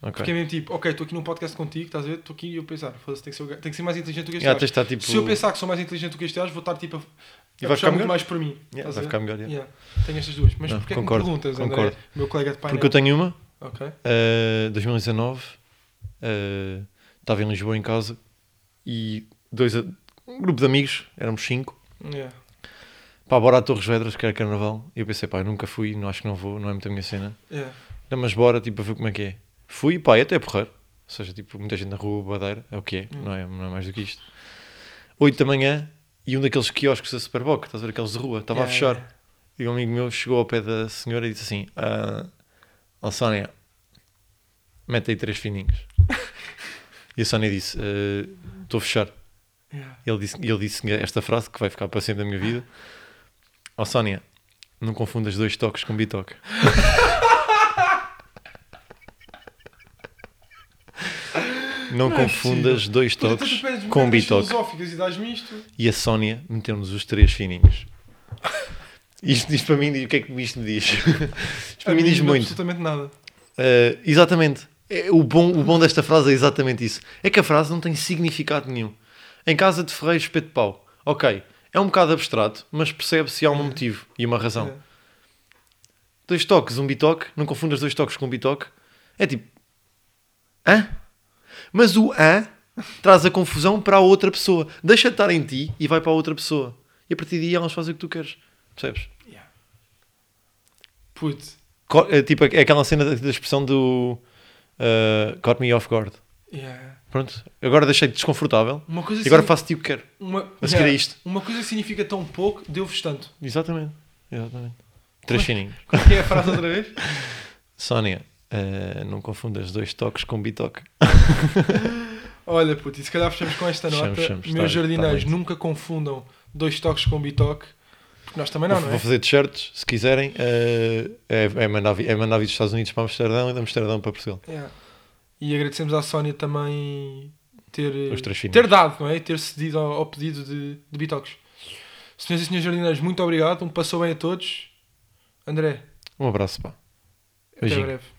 [SPEAKER 2] Ok.
[SPEAKER 1] Porque é mesmo tipo, ok, estou aqui num podcast contigo, estás a ver? Estou aqui e eu pensar, foda-se, tem que ser, o gajo- tem que ser mais inteligente do que este
[SPEAKER 2] Yeah,
[SPEAKER 1] gajo.
[SPEAKER 2] tens de estar tipo.
[SPEAKER 1] Se eu pensar que sou mais inteligente do que este gajo, vou estar tipo a,
[SPEAKER 2] E
[SPEAKER 1] a
[SPEAKER 2] vai
[SPEAKER 1] puxar
[SPEAKER 2] ficar
[SPEAKER 1] muito
[SPEAKER 2] melhor.
[SPEAKER 1] mais por mim.
[SPEAKER 2] Yeah,
[SPEAKER 1] estás a
[SPEAKER 2] vai
[SPEAKER 1] ver?
[SPEAKER 2] ficar melhor. yeah.
[SPEAKER 1] Yeah. Tenho estas duas. Mas
[SPEAKER 2] Não,
[SPEAKER 1] porque é
[SPEAKER 2] concordo,
[SPEAKER 1] que me perguntas,
[SPEAKER 2] concordo.
[SPEAKER 1] André? Meu colega de painel.
[SPEAKER 2] Porque eu tenho uma,
[SPEAKER 1] Ok.
[SPEAKER 2] uh, 2019, uh, estava em Lisboa em casa e dois, a- um grupo de amigos, éramos cinco,
[SPEAKER 1] Yeah.
[SPEAKER 2] pá, bora a Torres Vedras, que era carnaval. E eu pensei, pá, eu nunca fui, não acho que não vou, não é muito a minha cena.
[SPEAKER 1] Yeah.
[SPEAKER 2] Não, mas bora, tipo, a ver como é que é. Fui, pá, e até porreiro. Ou seja, tipo, muita gente na rua, badeira, é o que é,
[SPEAKER 1] Hum.
[SPEAKER 2] não, é não é mais do que isto. 8 da manhã e um daqueles quiosques da Superboc, estás a ver aqueles de rua, estava
[SPEAKER 1] Yeah,
[SPEAKER 2] a fechar.
[SPEAKER 1] yeah.
[SPEAKER 2] E um amigo meu chegou ao pé da senhora e disse assim: ah, Ó Sónia, mete aí três fininhos. e a Sónia disse: "Ah, Estou a fechar.
[SPEAKER 1] Yeah.
[SPEAKER 2] E ele disse, e ele disse esta frase que vai ficar para sempre na minha vida: Ó Sónia, não confundas dois toques com bitoque. não
[SPEAKER 1] Não é
[SPEAKER 2] confundas dois
[SPEAKER 1] Puta, tu
[SPEAKER 2] toques
[SPEAKER 1] pedes-me
[SPEAKER 2] com
[SPEAKER 1] merdas
[SPEAKER 2] bitoque.
[SPEAKER 1] filosóficas e dás-me isto.
[SPEAKER 2] E a Sónia meteu-nos os três fininhos. Isto, isto para mim, diz- o que é que isto me diz? Isto para
[SPEAKER 1] A
[SPEAKER 2] mim
[SPEAKER 1] mim
[SPEAKER 2] diz
[SPEAKER 1] não
[SPEAKER 2] muito.
[SPEAKER 1] absolutamente nada.
[SPEAKER 2] Uh, exatamente. É, o, bom, o bom desta frase é exatamente isso. É que a frase não tem significado nenhum. Em casa de Ferreiro, espeto de pau. Ok, é um bocado abstrato, mas percebe-se há um motivo e uma razão.
[SPEAKER 1] Yeah.
[SPEAKER 2] Dois toques, um bitoque. Não confundas dois toques com um bitoque. É tipo... Hã? Mas o hã traz a confusão para a outra pessoa. Deixa de estar em ti e vai para a outra pessoa. E a partir daí elas fazem o que tu queres. Percebes?
[SPEAKER 1] Yeah. Puto.
[SPEAKER 2] eh, Co- é, tipo, é aquela cena da da expressão do... uh, caught eh, me off guard.
[SPEAKER 1] Yeah.
[SPEAKER 2] Pronto. Agora deixei-te desconfortável.
[SPEAKER 1] Uma coisa
[SPEAKER 2] E agora
[SPEAKER 1] signi-
[SPEAKER 2] faço-te o que quero.
[SPEAKER 1] uma,
[SPEAKER 2] a seguir é isto.
[SPEAKER 1] Uma coisa que significa tão pouco, deu-vos tanto.
[SPEAKER 2] Exatamente. Exatamente. Três fininhos.
[SPEAKER 1] Qual é que é a frase outra vez?
[SPEAKER 2] Sónia, eh, não confundas dois toques com bitoque.
[SPEAKER 1] Olha, puto, e se calhar fechamos com esta nota.
[SPEAKER 2] Fechamos, fechamos, tá
[SPEAKER 1] Meus
[SPEAKER 2] bem,
[SPEAKER 1] jardineiros,
[SPEAKER 2] tá bem.
[SPEAKER 1] nunca confundam dois toques com um bitoque. Porque nós também não,
[SPEAKER 2] vou,
[SPEAKER 1] não é?
[SPEAKER 2] vou fazer t-shirts, se quiserem. eh, é, é, mandar, vi- é mandar vir dos Estados Unidos para Amsterdão e de Amsterdão para Portugal.
[SPEAKER 1] Yeah. E agradecemos à Sónia também ter, eh,
[SPEAKER 2] Os três finos.
[SPEAKER 1] ter dado, não é? Ter cedido ao, ao pedido de, de Bitox. Senhoras e senhores jardineiros, muito obrigado. Um passou bem a todos. André,
[SPEAKER 2] Um abraço, pá.
[SPEAKER 1] até
[SPEAKER 2] Beijinho.
[SPEAKER 1] breve.